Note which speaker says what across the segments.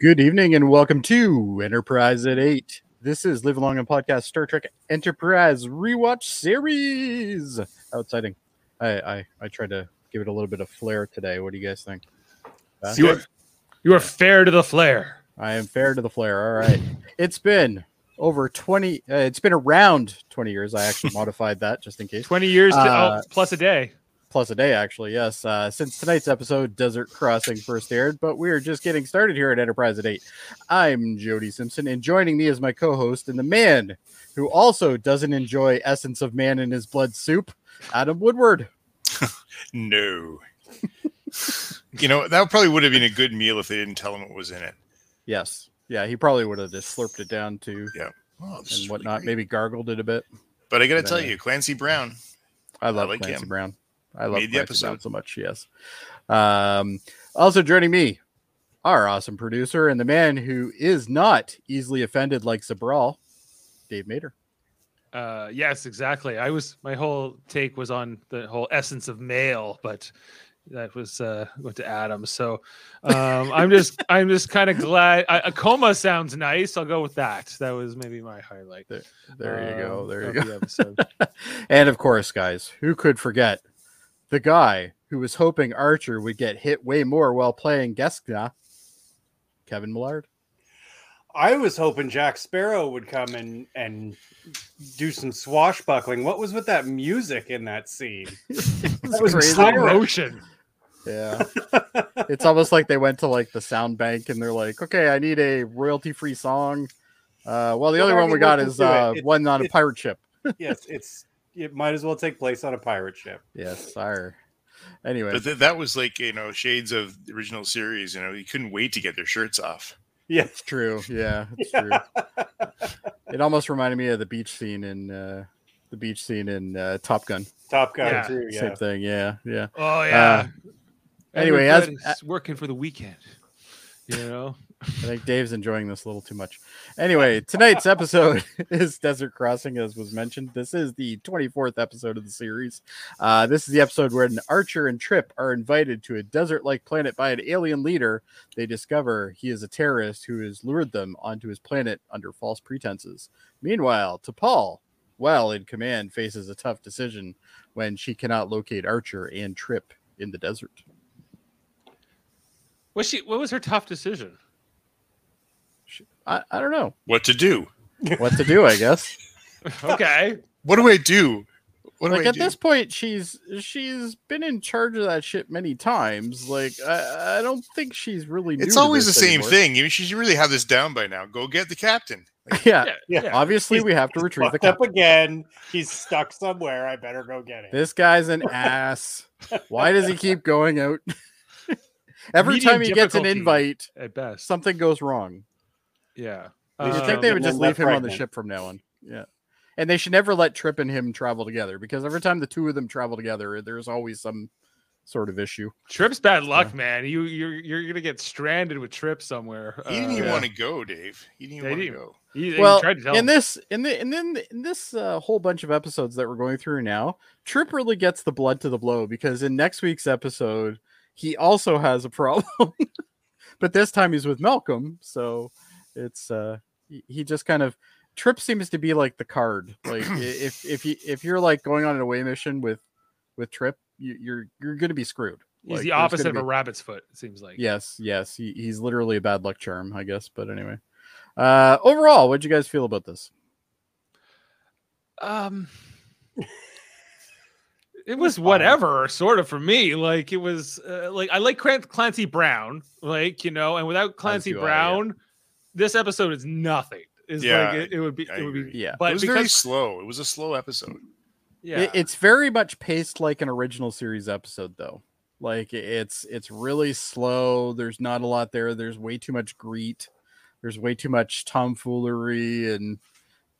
Speaker 1: Good evening and welcome to Enterprise at 8. This is Live Long and Podcast Star Trek Enterprise Rewatch Series. How exciting. I, I, I tried to give it a little bit of flair today. What do you guys think? Huh?
Speaker 2: You are, you are fair to the flare.
Speaker 1: I am fair to the flare. All right. It's been over 20, uh, it's been around 20 years. I actually modified that just in case.
Speaker 2: 20 years to,
Speaker 1: Uh,
Speaker 2: oh, plus a day.
Speaker 1: plus a day actually yes uh, since tonight's episode desert crossing first aired but we're just getting started here at enterprise at 8 i'm jody simpson and joining me is my co-host and the man who also doesn't enjoy essence of man in his blood soup adam woodward
Speaker 3: No. you know, that probably would have been a good meal if they didn't tell him what was in it.
Speaker 1: yes yeah he probably would have just slurped it down too
Speaker 3: Oh, this is
Speaker 1: and
Speaker 3: really
Speaker 1: whatnot
Speaker 3: great.
Speaker 1: maybe gargled it a bit
Speaker 3: But I got to
Speaker 1: but
Speaker 3: tell
Speaker 1: anyway.
Speaker 3: you, Clancy Brown,
Speaker 1: I love
Speaker 3: like
Speaker 1: Uh, Clancy
Speaker 3: him.
Speaker 1: Brown. I love
Speaker 3: Made the
Speaker 1: Clancy Brown
Speaker 3: episode.
Speaker 1: so much. Yes. Um, also joining me, our awesome producer and the man who is not easily offended like Zabral, Dave Mater.
Speaker 2: Uh, yes, exactly. I was my whole take was on the whole essence of male, but that was uh, went to Adam. So um, I'm just I'm just kind of glad. I, a coma sounds nice. I'll go with that. That was maybe my highlight.
Speaker 1: There you go.
Speaker 2: um,
Speaker 1: There you
Speaker 2: of
Speaker 1: go.
Speaker 2: the episode.
Speaker 1: and of course, guys, who could forget the guy who was hoping Archer would get hit way more while playing Geskna, Kevin Millard.
Speaker 4: I was hoping Jack Sparrow would come and and do some swashbuckling. What was with that music in that scene? That was
Speaker 1: Crazy. Oh,
Speaker 2: Slow
Speaker 4: Pirate.
Speaker 2: motion.
Speaker 1: Yeah. it's almost like they went to like the sound bank and they're like, okay, I need a royalty free song. Uh, well, the
Speaker 4: Well,
Speaker 1: only
Speaker 4: I
Speaker 1: one
Speaker 4: mean,
Speaker 1: we got
Speaker 4: listen
Speaker 1: is
Speaker 4: to it.
Speaker 1: uh,
Speaker 4: It-
Speaker 1: one on a
Speaker 4: it-
Speaker 1: pirate ship.
Speaker 4: yes, it's it might as well take place on a pirate ship.
Speaker 1: Yes, sire. Anyway,
Speaker 3: but th- that was like, you know, shades of the original series. You know, you couldn't wait to get their shirts off.
Speaker 4: Yeah.
Speaker 1: it's true. Yeah, it's true. It almost reminded me of the beach scene in uh, the beach scene in uh, Top Gun.
Speaker 4: Top Gun
Speaker 2: Yeah,
Speaker 4: too. Yeah.
Speaker 1: Same thing. Yeah, yeah.
Speaker 2: Oh yeah.
Speaker 1: Uh, anyway, as-
Speaker 2: Everybody's working for the weekend. You know.
Speaker 1: I think Dave's enjoying this a little too much. Anyway, tonight's episode is Desert Crossing, as was mentioned. This is the 24th episode of the series. Uh, this is the episode where an archer and Trip are invited to a desert like planet by an alien leader. They discover he is a terrorist who has lured them onto his planet under false pretenses. Meanwhile, T'Pol, while in command, faces a tough decision when she cannot locate Archer and Trip in the desert.
Speaker 2: Was she? What was her tough decision?
Speaker 1: I, I don't know
Speaker 3: What to do?
Speaker 1: what to do, I guess.
Speaker 2: Okay.
Speaker 3: What do I do? What do
Speaker 1: like
Speaker 3: I
Speaker 1: at
Speaker 3: do?
Speaker 1: this point she's she's been in charge of that shit many times like i, I don't think she's really new
Speaker 3: it's
Speaker 1: to
Speaker 3: always the
Speaker 1: this
Speaker 3: same
Speaker 1: anymore.
Speaker 3: thing. You should really have this down by now. Go get the captain.
Speaker 1: Uh, yeah,
Speaker 4: Yeah.
Speaker 1: obviously
Speaker 4: He's-
Speaker 1: we have to
Speaker 4: He's
Speaker 1: retrieve the
Speaker 4: fucked up
Speaker 1: cup
Speaker 4: again. He's stuck somewhere. I better go get it.
Speaker 1: this guy's an ass why does he keep going out every
Speaker 2: Medium
Speaker 1: time he gets an
Speaker 2: difficulty.
Speaker 1: invite
Speaker 2: At best.
Speaker 1: something goes wrong
Speaker 2: Yeah.
Speaker 1: you
Speaker 4: Um,
Speaker 1: think they would
Speaker 4: and
Speaker 1: just
Speaker 4: then
Speaker 1: leave him
Speaker 4: left
Speaker 1: on the
Speaker 4: pregnant.
Speaker 1: ship from now on yeah and they should never let trip and him travel together because every time the two of them travel together there's always some sort of issue
Speaker 2: Trip's bad luck,
Speaker 1: Yeah.
Speaker 2: man. You you're you're gonna get stranded with Trip somewhere.
Speaker 3: He didn't even
Speaker 1: Uh, yeah.
Speaker 3: want to go, Dave. He didn't even
Speaker 2: They
Speaker 3: want to
Speaker 2: didn't.
Speaker 3: go.
Speaker 2: He, he
Speaker 1: well,
Speaker 2: tried to tell
Speaker 1: in
Speaker 2: him.
Speaker 1: this, in the, and then in this uh, whole bunch of episodes that we're going through now, Trip really gets the blood to the blow because in next week's episode, he also has a problem, but this time he's with Malcolm, so it's uh, he, he just kind of Trip seems to be like the card. Like i- if if you if you're like going on an away mission with with Trip, you, you're you're gonna be screwed.
Speaker 2: He's
Speaker 1: Like,
Speaker 2: the
Speaker 1: there's gonna
Speaker 2: opposite of
Speaker 1: be-
Speaker 2: a rabbit's foot. It seems like.
Speaker 1: Yes, yes, he, he's literally a bad luck charm, I guess. But anyway, uh, overall, what'd you guys feel about this?
Speaker 2: Um. It was whatever, sort of, for me. Like it was, uh, like I like Clan- Clancy Brown, like you know, and without Clancy
Speaker 1: do I, yeah.
Speaker 2: Brown, this episode is nothing. Is
Speaker 3: Yeah,
Speaker 2: like it, it would be,
Speaker 3: I
Speaker 2: it would
Speaker 3: agree.
Speaker 2: be,
Speaker 1: Yeah.
Speaker 2: but
Speaker 3: it was
Speaker 2: because
Speaker 3: very slow. It was a slow episode.
Speaker 2: yeah,
Speaker 1: It- it's very much paced like an original series episode though. Like i- it's it's really slow. There's not a lot there. There's way too much greet. There's way too much tomfoolery and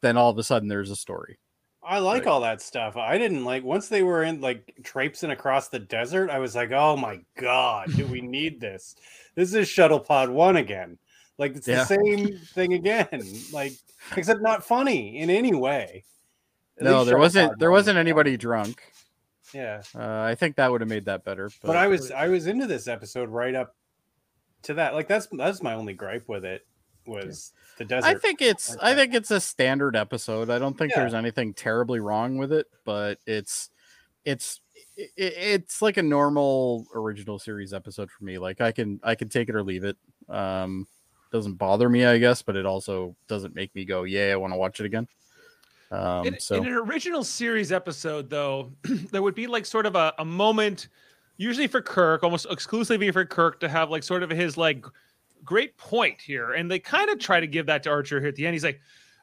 Speaker 1: then all of a sudden there's a story.
Speaker 4: I like
Speaker 1: Right.
Speaker 4: all that stuff. I didn't like once they were in like traipsing across the desert. I was like, oh my god, do we need this? This is shuttle pod one again. Like it's
Speaker 1: Yeah.
Speaker 4: the same thing again. Like except not funny in any way. At
Speaker 1: no,
Speaker 4: least
Speaker 1: there
Speaker 4: Shuttle
Speaker 1: wasn't
Speaker 4: Pod
Speaker 1: there
Speaker 4: 1 was
Speaker 1: wasn't
Speaker 4: fun.
Speaker 1: anybody drunk.
Speaker 4: Yeah,
Speaker 1: Uh, I think that would have made that better.
Speaker 4: but I was I was into this episode right up to that. Like that's that's my only gripe with it was the desert.
Speaker 1: I think it's I
Speaker 4: Okay.
Speaker 1: think it's a standard episode. I don't think
Speaker 4: Yeah.
Speaker 1: there's anything terribly wrong with it, but it's it's i- i- it's like a normal original series episode for me. Like I can I can take it or leave it. Um doesn't bother me, I guess, but it also doesn't make me go, "Yay, I want to watch it again." Um
Speaker 2: in,
Speaker 1: so
Speaker 2: in an original series episode, though, there would be like sort of a, a moment, usually for Kirk, almost exclusively for Kirk, to have like sort of his like great point here, and they kind of try to give that to Archer here at the end. He's like,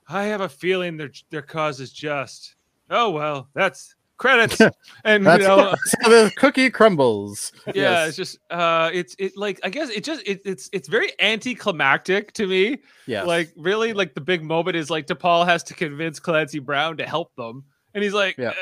Speaker 2: "I have a feeling their their cause is just." Oh well, that's credits, and
Speaker 1: that's
Speaker 2: you know,
Speaker 1: so the cookie crumbles.
Speaker 2: yeah, it's just uh, it's it like I guess it just it, it's it's very anticlimactic to me.
Speaker 1: yeah.
Speaker 2: Like really, like the big moment is like DePaul has to convince Clancy Brown to help them, and he's like,
Speaker 1: Yeah.
Speaker 2: uh,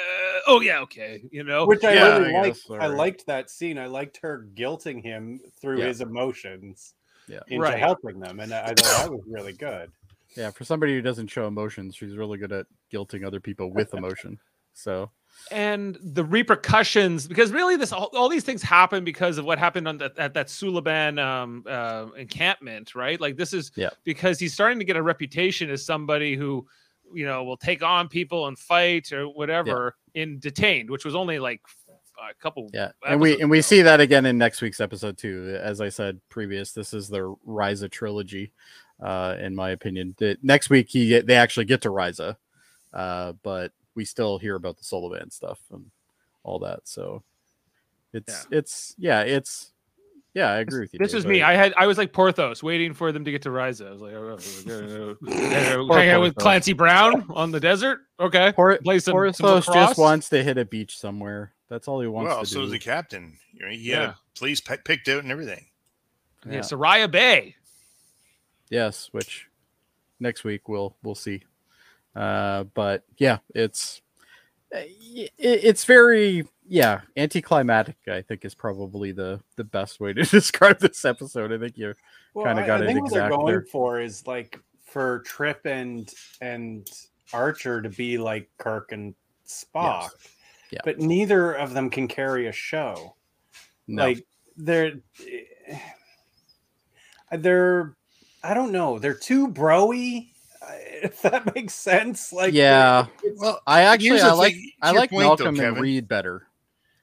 Speaker 2: "Oh yeah, okay, you know."
Speaker 4: which I
Speaker 1: Oh, Yeah,
Speaker 4: really
Speaker 1: I
Speaker 4: liked.
Speaker 1: guess,
Speaker 4: I
Speaker 1: or-
Speaker 4: liked that scene. I liked her guilting him through
Speaker 1: Yeah.
Speaker 4: his emotions
Speaker 1: Yeah.
Speaker 4: into
Speaker 2: Right.
Speaker 4: helping them, and I I thought that was really good.
Speaker 1: yeah, for somebody who doesn't show emotions, she's really good at guilting other people with emotion. So
Speaker 2: and the repercussions, because really, this all, all these things happen because of what happened on that at that Suliban um, uh, encampment, right? Like this is
Speaker 1: Yeah.
Speaker 2: because he's starting to get a reputation as somebody who, you know, will take on people and fight or whatever in detained, which was only like a couple
Speaker 1: Yeah, and we
Speaker 2: episodes
Speaker 1: and we
Speaker 2: ago.
Speaker 1: see that again in next week's episode too. As I said previous, this is the Riza trilogy, uh, in my opinion. The, next week he get- they actually get to Riza, uh, but we still hear about the Sullivan stuff and all that. So it's it's yeah it's yeah I agree with you.
Speaker 2: This
Speaker 1: Dave.
Speaker 2: was me. I had I was like Porthos, waiting for them to get to Riza. I was like, oh,
Speaker 1: Poor
Speaker 2: hang out
Speaker 1: Porthos.
Speaker 2: with Clancy Brown on the desert. Okay,
Speaker 1: Por-
Speaker 2: play some, some
Speaker 1: Porthos
Speaker 2: lacrosse.
Speaker 1: just wants to hit a beach somewhere. That's all he wants
Speaker 3: Well,
Speaker 1: to
Speaker 3: so
Speaker 1: do.
Speaker 3: does the captain. You know, he had
Speaker 2: Yeah.
Speaker 3: a police pe- picked out and everything.
Speaker 2: Yeah,
Speaker 1: Yeah.
Speaker 2: Soraya Bay.
Speaker 1: yes which next week we'll we'll see uh but yeah it's uh, y- it- it's very yeah anticlimactic i think is probably the the best way to describe this episode i think you
Speaker 4: Well,
Speaker 1: Kinda
Speaker 4: I,
Speaker 1: got
Speaker 4: I
Speaker 1: it
Speaker 4: think what they're
Speaker 1: exact
Speaker 4: going
Speaker 1: there.
Speaker 4: for is like for Trip and and Archer to be like Kirk and Spock,
Speaker 1: Yeah.
Speaker 4: but neither of them can carry a show.
Speaker 1: no
Speaker 4: like they're eh, they're i don't know they're too broy eh, if that makes sense like
Speaker 1: yeah
Speaker 3: Well,
Speaker 1: i actually
Speaker 3: here's
Speaker 1: i
Speaker 3: the
Speaker 1: like
Speaker 3: thing- to
Speaker 1: i
Speaker 3: your
Speaker 1: like
Speaker 3: point, though,
Speaker 1: malcolm and
Speaker 3: Kevin.
Speaker 1: reed better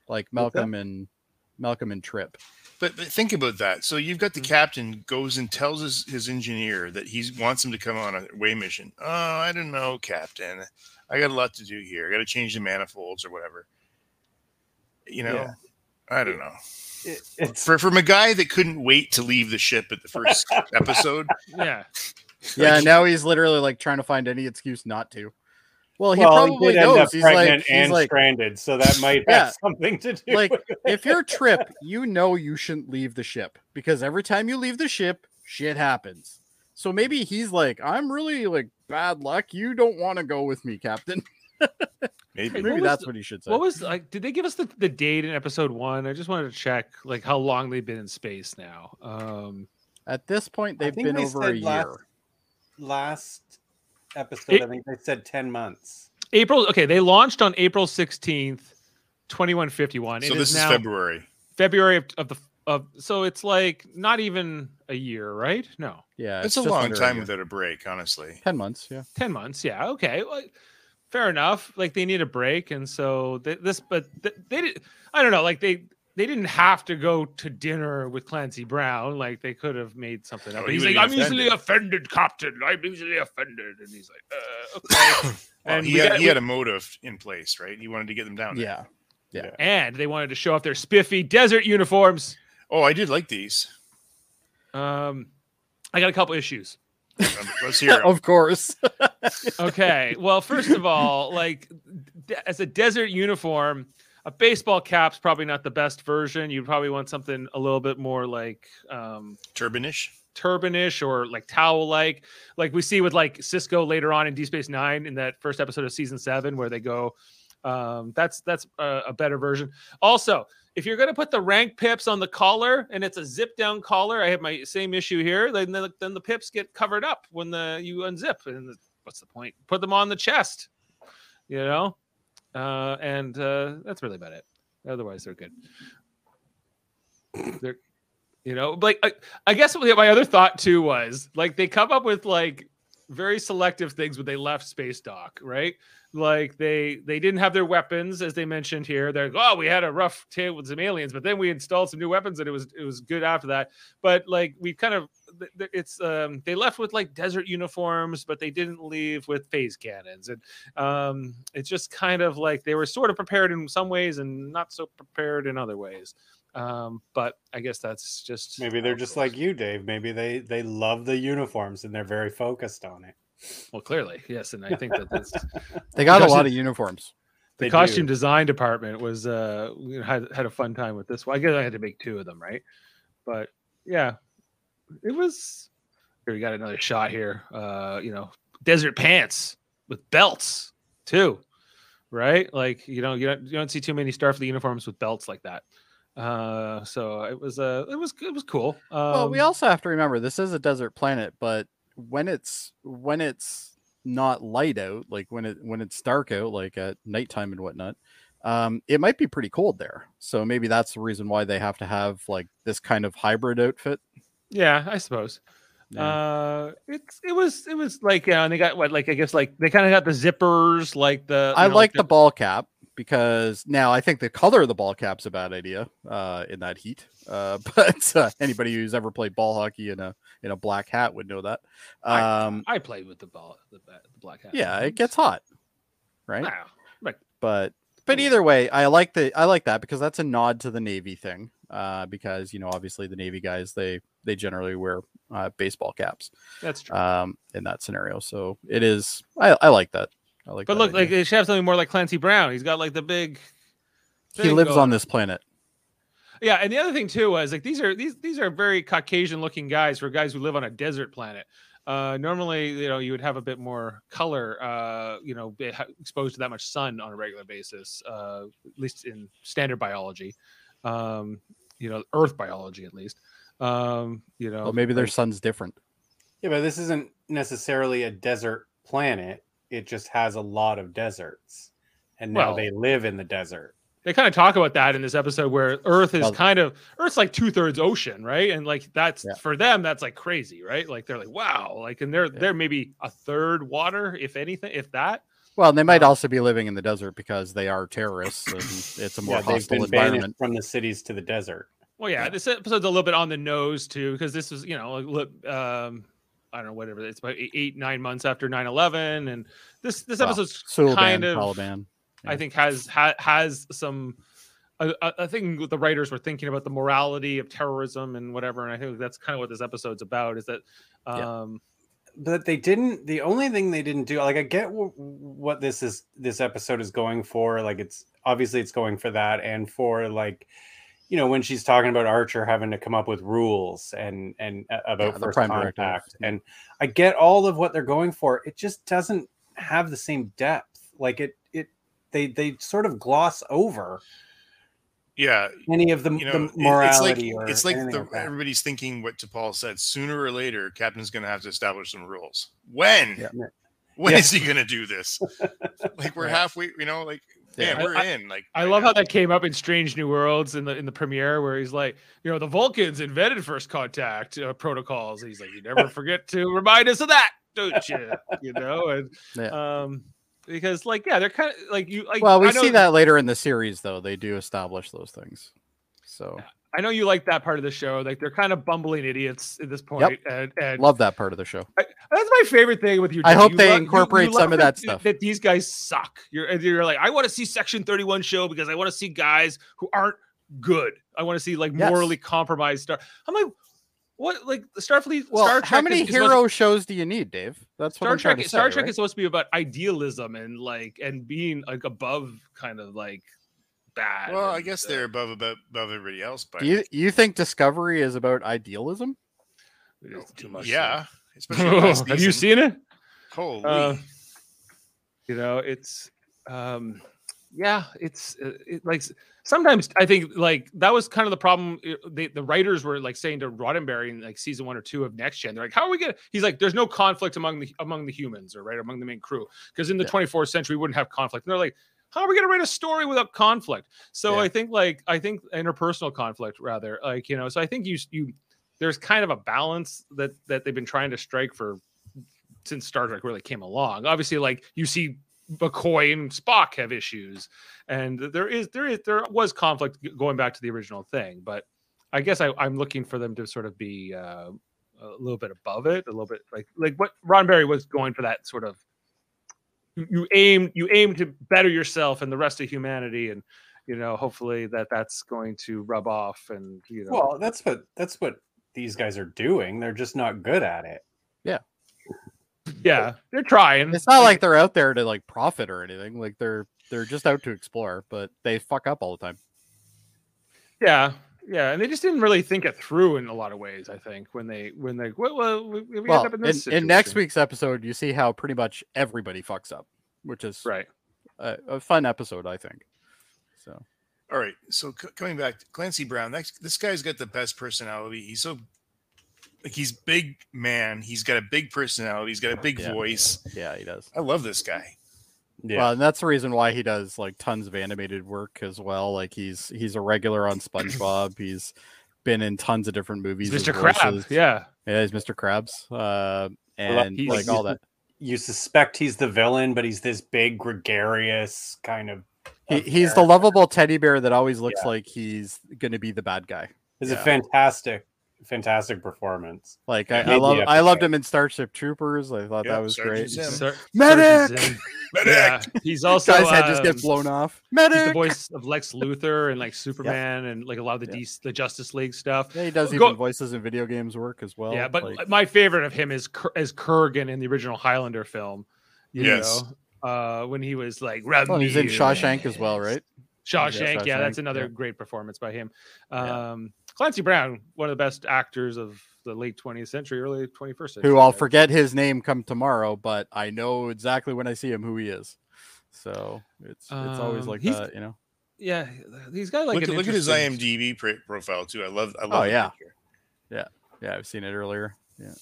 Speaker 1: like
Speaker 4: What's that?
Speaker 1: malcolm and malcolm and trip
Speaker 3: But, but think about that. So you've
Speaker 1: Mm.
Speaker 3: got the captain goes and tells his, his engineer that he wants him to come on a way mission. Oh, I don't know, Captain. I got a lot to do here. I got to change the manifolds or whatever. You know,
Speaker 4: Yeah.
Speaker 3: I don't know.
Speaker 4: it- it's
Speaker 3: For from a guy that couldn't wait to leave the ship at the first episode.
Speaker 2: Yeah,
Speaker 1: yeah
Speaker 3: like,
Speaker 1: now he's literally like trying to find any excuse not to well he
Speaker 4: well, he
Speaker 1: probably
Speaker 4: did
Speaker 1: knows
Speaker 4: end up
Speaker 1: he's
Speaker 4: pregnant
Speaker 1: like he's
Speaker 4: and
Speaker 1: like
Speaker 4: stranded so that might
Speaker 1: Yeah.
Speaker 4: have something to do
Speaker 1: like
Speaker 4: with
Speaker 1: if you're trip you know you shouldn't leave the ship because every time you leave the ship shit happens so maybe he's like i'm really like bad luck you don't want to go with me captain
Speaker 3: maybe.
Speaker 2: What
Speaker 1: maybe
Speaker 2: was
Speaker 1: that's
Speaker 2: the-
Speaker 1: what he should say
Speaker 2: what was like? Did they give us the, the date in episode one? I just wanted to check like how long they've been in space now. Um,
Speaker 1: at this point
Speaker 4: I
Speaker 1: they've
Speaker 4: think
Speaker 1: been
Speaker 4: they
Speaker 1: over
Speaker 4: said
Speaker 1: a
Speaker 4: last-
Speaker 1: year
Speaker 4: last episode
Speaker 2: It-
Speaker 4: i think they said 10 months
Speaker 2: April. Okay, they launched on April sixteenth, twenty one fifty one.
Speaker 3: So this is
Speaker 2: now
Speaker 3: February.
Speaker 2: February of, of the of so it's like not even a year, right? No.
Speaker 1: yeah
Speaker 3: It's, a
Speaker 1: just
Speaker 3: long
Speaker 1: uh, under
Speaker 3: time
Speaker 1: year.
Speaker 3: without a break, honestly.
Speaker 1: 10 months yeah
Speaker 2: 10 months yeah okay well, fair enough like they need a break and so th- this but th- they did i don't know like they they didn't have to go to dinner with Clancy Brown. Like they could have made something up.
Speaker 3: Oh, he
Speaker 2: But he's like,
Speaker 3: would've
Speaker 2: I'm
Speaker 3: been
Speaker 2: easily offended, Captain. I'm easily offended. And he's like, uh, okay.
Speaker 3: Well,
Speaker 2: And
Speaker 3: he
Speaker 2: we
Speaker 3: had,
Speaker 2: got-
Speaker 3: he
Speaker 2: we-
Speaker 3: had a motive in place, right? He wanted to get them down. there.
Speaker 1: yeah
Speaker 2: and they wanted to show off their spiffy desert uniforms.
Speaker 3: Oh, I did like these.
Speaker 2: Um, I got a couple issues.
Speaker 3: Um, Let's hear it.
Speaker 1: of course
Speaker 2: Okay. Well, first of all, like de- as a desert uniform, a baseball cap's probably not the best version. You'd probably want something a little bit more like um
Speaker 3: Turbinish.
Speaker 2: turbanish or like towel like. Like we see with like Cisco later on in D Space 9 in that first episode of season 7 where they go um that's that's a, a better version. Also, if you're going to put the rank pips on the collar and it's a zip down collar, I have my same issue here. Then the, then the pips get covered up when the you unzip and the- what's the point? Put them on the chest. You know? Uh and uh that's really about it. Otherwise they're good. They're You know, like I, I guess what my other thought too was like they come up with like very selective things when they left space dock, right? Like they they didn't have their weapons as they mentioned here. They're oh we had a rough tale with some aliens, but then we installed some new weapons and it was it was good after that. But like we kind of th- th- it's um they left with like desert uniforms, but they didn't leave with phase cannons. And um it's just kind of like they were sort of prepared in some ways and not so prepared in other ways. Um, but I guess that's just
Speaker 4: Maybe
Speaker 2: how
Speaker 4: they're
Speaker 2: it
Speaker 4: just
Speaker 2: goes.
Speaker 4: like you, Dave. Maybe they they love the uniforms and they're very focused on it.
Speaker 2: well, clearly, yes, and I think that that's
Speaker 1: They got a
Speaker 2: Justin-
Speaker 1: lot of uniforms.
Speaker 2: the
Speaker 4: They
Speaker 2: costume
Speaker 4: do.
Speaker 2: design department was uh you know, had had a fun time with this one. I guess I had to make two of them, right? But yeah, it was. Here we got another shot here. Uh, you know, desert pants with belts too, right? Like you know, you don't you don't see too many Starfleet uniforms with belts like that. Uh, so it was uh it was it was cool. Um,
Speaker 1: well, we also have to remember this is a desert planet, but when it's when it's not light out, like when it when it's dark out, like at nighttime and whatnot, um, it might be pretty cold there. So maybe that's the reason why they have to have like this kind of hybrid outfit.
Speaker 2: yeah, I suppose.
Speaker 1: Yeah.
Speaker 2: Uh, it's it was it was like yeah, and they got what like I guess like they kind of got the zippers like the
Speaker 1: I
Speaker 2: you know,
Speaker 1: like the ball cap because now I think the color of the ball cap's a bad idea uh, in that heat. Uh, but uh, anybody who's ever played ball hockey in a in a black hat would know that.
Speaker 2: I-
Speaker 1: Um,
Speaker 2: I played with the ball, the, ba- the black hat.
Speaker 1: yeah, it gets hot, right?
Speaker 2: Wow.
Speaker 1: But but
Speaker 2: Cool.
Speaker 1: either way, I like the I like that because that's a nod to the Navy thing. Uh, because you know, obviously, the Navy guys they they generally wear uh, baseball caps
Speaker 2: that's true.
Speaker 1: um, in that scenario. So it is I, I like that. I like.
Speaker 2: but
Speaker 1: that
Speaker 2: look, like
Speaker 1: idea.
Speaker 2: they should have something more like Clancy Brown. He's got like the big.
Speaker 1: he
Speaker 2: thing
Speaker 1: lives
Speaker 2: going.
Speaker 1: on this planet.
Speaker 2: Yeah, and the other thing too was like these are these these are very Caucasian-looking guys for guys who live on a desert planet. Uh, normally, you know, you would have a bit more color, uh, you know, be- ha- exposed to that much sun on a regular basis, uh, at least in standard biology, um, you know, Earth biology at least. Um, you know,
Speaker 1: Well, maybe their
Speaker 2: like-
Speaker 1: sun's different.
Speaker 4: Yeah, but this isn't necessarily a desert planet. It just has a lot of deserts. And now
Speaker 2: Well-
Speaker 4: they live in the desert.
Speaker 2: they kind of talk about that in this episode where earth is
Speaker 1: Well-
Speaker 2: kind of earth's like two-thirds ocean right and like that's
Speaker 1: Yeah.
Speaker 2: for them that's like crazy right like they're like wow like and they're
Speaker 1: Yeah.
Speaker 2: they're maybe a third water if anything if that
Speaker 1: Well, and they might
Speaker 2: Um,
Speaker 1: also be living in the desert because they are terrorists and it's a more
Speaker 4: yeah, they've
Speaker 1: hostile
Speaker 4: been banished
Speaker 1: environment.
Speaker 4: from the cities to the desert.
Speaker 2: well yeah this episode's a little bit on the nose too because this was you know like, look, um i don't know whatever it's about eight, eight nine months after 9-11 and this this
Speaker 1: Well,
Speaker 2: episode's
Speaker 1: Suliban,
Speaker 2: kind of
Speaker 1: Taliban.
Speaker 2: I
Speaker 1: Yeah.
Speaker 2: think has ha, has some. I, I- I think the writers were thinking about the morality of terrorism and whatever, and I think that's kind of what this episode's about. Is that,
Speaker 1: Yeah.
Speaker 2: um,
Speaker 4: but they didn't the only thing they didn't do like i get wh- what this is this episode is going for like it's obviously it's going for that and for like you know when she's talking about archer having to come up with rules and and uh, about
Speaker 1: Yeah, the
Speaker 4: first
Speaker 1: prime
Speaker 4: contact
Speaker 1: directive, yeah.
Speaker 4: and i get all of what they're going for it just doesn't have the same depth like it it they they sort of gloss over
Speaker 3: Yeah,
Speaker 4: any of the,
Speaker 3: you know,
Speaker 4: the
Speaker 3: it-
Speaker 4: morality
Speaker 3: it's like
Speaker 4: or
Speaker 3: it's like
Speaker 4: anything
Speaker 3: the,
Speaker 4: that.
Speaker 3: everybody's thinking what DePaul said. Sooner or later, Captain's going to have to establish some rules. When?
Speaker 1: Yeah.
Speaker 4: Yeah.
Speaker 3: When
Speaker 4: Yeah.
Speaker 3: is he going to do this? like we're
Speaker 1: Right.
Speaker 3: halfway. You know, like man,
Speaker 2: I-
Speaker 3: we're
Speaker 2: I-
Speaker 3: in. Like
Speaker 2: I
Speaker 3: right
Speaker 2: love
Speaker 3: now.
Speaker 2: how that came up in Strange New Worlds in the in the premiere, where he's like, you know, the Vulcans invented first contact uh, protocols. He's like, you never forget to remind us of that, don't you? You know, and um, because like, yeah, they're kind of like you. Like,
Speaker 1: well, we
Speaker 2: I know-
Speaker 1: see that later in the series, though. They do establish those things. So
Speaker 2: I know you like that part of the show. Like, they're kind of bumbling idiots at this point, and and
Speaker 1: love that part of the show.
Speaker 2: That's my favorite thing with you.
Speaker 1: I
Speaker 2: Jimmy.
Speaker 1: hope
Speaker 2: You
Speaker 1: they
Speaker 2: lo-
Speaker 1: incorporate some
Speaker 2: love
Speaker 1: of that stuff.
Speaker 2: That these guys suck. You're and you're like, I want to see Section Thirty One show because I want to see guys who aren't good. I want to see like
Speaker 1: Yes.
Speaker 2: morally compromised star. I'm like, what? Like Starfleet?
Speaker 1: Well,
Speaker 2: Star Trek
Speaker 1: how many
Speaker 2: is, is
Speaker 1: hero shows do you need, Dave? That's what
Speaker 2: Star
Speaker 1: I'm trying
Speaker 2: Trek,
Speaker 1: to say.
Speaker 2: Star Trek
Speaker 1: right?
Speaker 2: is supposed to be about idealism and like and being like above kind of like bad.
Speaker 3: Well, I
Speaker 2: and,
Speaker 3: guess
Speaker 2: uh,
Speaker 3: they're above above, above everybody else. But
Speaker 1: Do you you think Discovery is about idealism?
Speaker 2: it's too much.
Speaker 3: Yeah. Especially last
Speaker 2: Have you
Speaker 3: season.
Speaker 2: seen it?
Speaker 3: Holy.
Speaker 2: Uh, you know it's um yeah it's uh, it, like s- sometimes i think like that was kind of the problem uh, they, the writers were like saying to roddenberry in like season one or two of next gen they're like how are we gonna he's like there's no conflict among the among the humans or right among the main crew because in the
Speaker 1: Yeah.
Speaker 2: 24th century we wouldn't have conflict and they're like how are we going to write a story without conflict? So
Speaker 1: Yeah.
Speaker 2: I think like I think interpersonal conflict rather like you know. So I think you you there's kind of a balance that that they've been trying to strike for since Star Trek really came along. Obviously, like you see McCoy and Spock have issues, and there is there is there was conflict g- going back to the original thing, but I guess I, I'm looking for them to sort of be uh, a little bit above it, a little bit like like what Roddenberry was going for that sort of you, you aim you aim to better yourself and the rest of humanity and you know hopefully that that's going to rub off and you know
Speaker 4: Well, that's what that's what these guys are doing. They're just not good at it.
Speaker 2: yeah they're trying
Speaker 1: It's not like they're out there to like profit or anything. Like they're they're just out to explore, but they fuck up all the time.
Speaker 2: Yeah, yeah, and they just didn't really think it through in a lot of ways. I think when they when they well, well we, we
Speaker 1: well,
Speaker 2: end up in
Speaker 1: in,
Speaker 2: this
Speaker 1: in next
Speaker 2: situation."
Speaker 1: week's episode, you see how pretty much everybody fucks up, which is
Speaker 2: right?
Speaker 1: a, a fun episode, I think. So
Speaker 3: All right. So c- coming back, to Clancy Brown. That's, this guy's got the best personality. He's so like he's big man. He's got a big personality. He's got a big
Speaker 1: Yeah.
Speaker 3: voice.
Speaker 1: yeah, he does.
Speaker 3: I love this guy.
Speaker 4: Yeah.
Speaker 1: Well, and that's the reason why he does like tons of animated work as well. Like he's he's a regular on SpongeBob. he's been in tons of different movies.
Speaker 2: It's
Speaker 1: his
Speaker 2: Mr. Crab,
Speaker 1: voices-
Speaker 2: yeah,
Speaker 1: yeah, he's Mr. Krabs. Uh,
Speaker 4: Well,
Speaker 1: and
Speaker 2: he's-
Speaker 1: like all that.
Speaker 4: you suspect he's the villain, but he's this big, gregarious kind of.
Speaker 1: He,
Speaker 4: of
Speaker 1: he's the
Speaker 4: character.
Speaker 1: lovable teddy bear that always looks like he's going to be the bad guy.
Speaker 4: It's
Speaker 1: yeah.
Speaker 4: a fantastic, fantastic performance.
Speaker 1: Like I,
Speaker 4: Yeah,
Speaker 1: I
Speaker 4: he-
Speaker 1: love,
Speaker 4: yeah,
Speaker 1: I loved him in Starship Troopers. I thought
Speaker 3: Yeah,
Speaker 1: that was
Speaker 3: Sergeant
Speaker 1: great.
Speaker 3: Zim.
Speaker 1: This
Speaker 2: Sar-
Speaker 1: Medic!
Speaker 2: Sergeant Zim,
Speaker 3: Yeah.
Speaker 2: Yeah, he's also
Speaker 1: guy's head just gets
Speaker 2: um,
Speaker 1: blown off.
Speaker 2: He's the
Speaker 1: Medic.
Speaker 2: voice of Lex Luthor and like Superman and like a lot of the
Speaker 1: Yeah.
Speaker 2: DC, the Justice League stuff.
Speaker 1: Yeah, he does
Speaker 2: Go-
Speaker 1: even voices in video games work as well.
Speaker 2: yeah, but uh,
Speaker 1: like-
Speaker 2: my favorite of him is Kur- is Kurgan in the original Highlander film. You
Speaker 3: Yes.
Speaker 2: know, uh, when he was like, "Rub
Speaker 1: well, oh, he's in
Speaker 2: me
Speaker 1: Shawshank as well, right?
Speaker 2: Shawshank, yeah,
Speaker 1: Shawshank,
Speaker 2: that's another
Speaker 1: yeah.
Speaker 2: great performance by him.
Speaker 1: Yeah.
Speaker 2: Um, Clancy Brown, one of the best actors of the late 20th century, early 21st century.
Speaker 1: Who I'll
Speaker 2: I-
Speaker 1: forget his name come tomorrow, but I know exactly when I see him who he is. So it's it's always
Speaker 2: Um,
Speaker 1: like
Speaker 2: he's-
Speaker 1: that, you know.
Speaker 2: Yeah, he's got like
Speaker 3: look,
Speaker 2: an
Speaker 3: look at his
Speaker 2: interesting-
Speaker 3: IMDb pr- profile too. I love. I love.
Speaker 1: Oh,
Speaker 3: that
Speaker 1: yeah.
Speaker 3: picture.
Speaker 1: Yeah, I've seen it earlier. Yeah.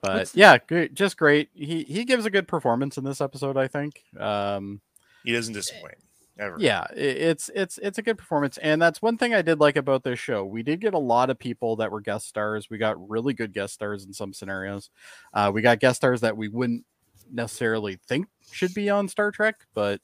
Speaker 1: But
Speaker 2: What's the-
Speaker 1: yeah, great, just great. He he gives a good performance in this episode, I think. Um
Speaker 3: He doesn't disappoint ever.
Speaker 1: Yeah, i- it's it's it's a good performance, and that's one thing I did like about this show. We did get a lot of people that were guest stars. We got really good guest stars in some scenarios. Uh, we got guest stars that we wouldn't necessarily think should be on Star Trek, but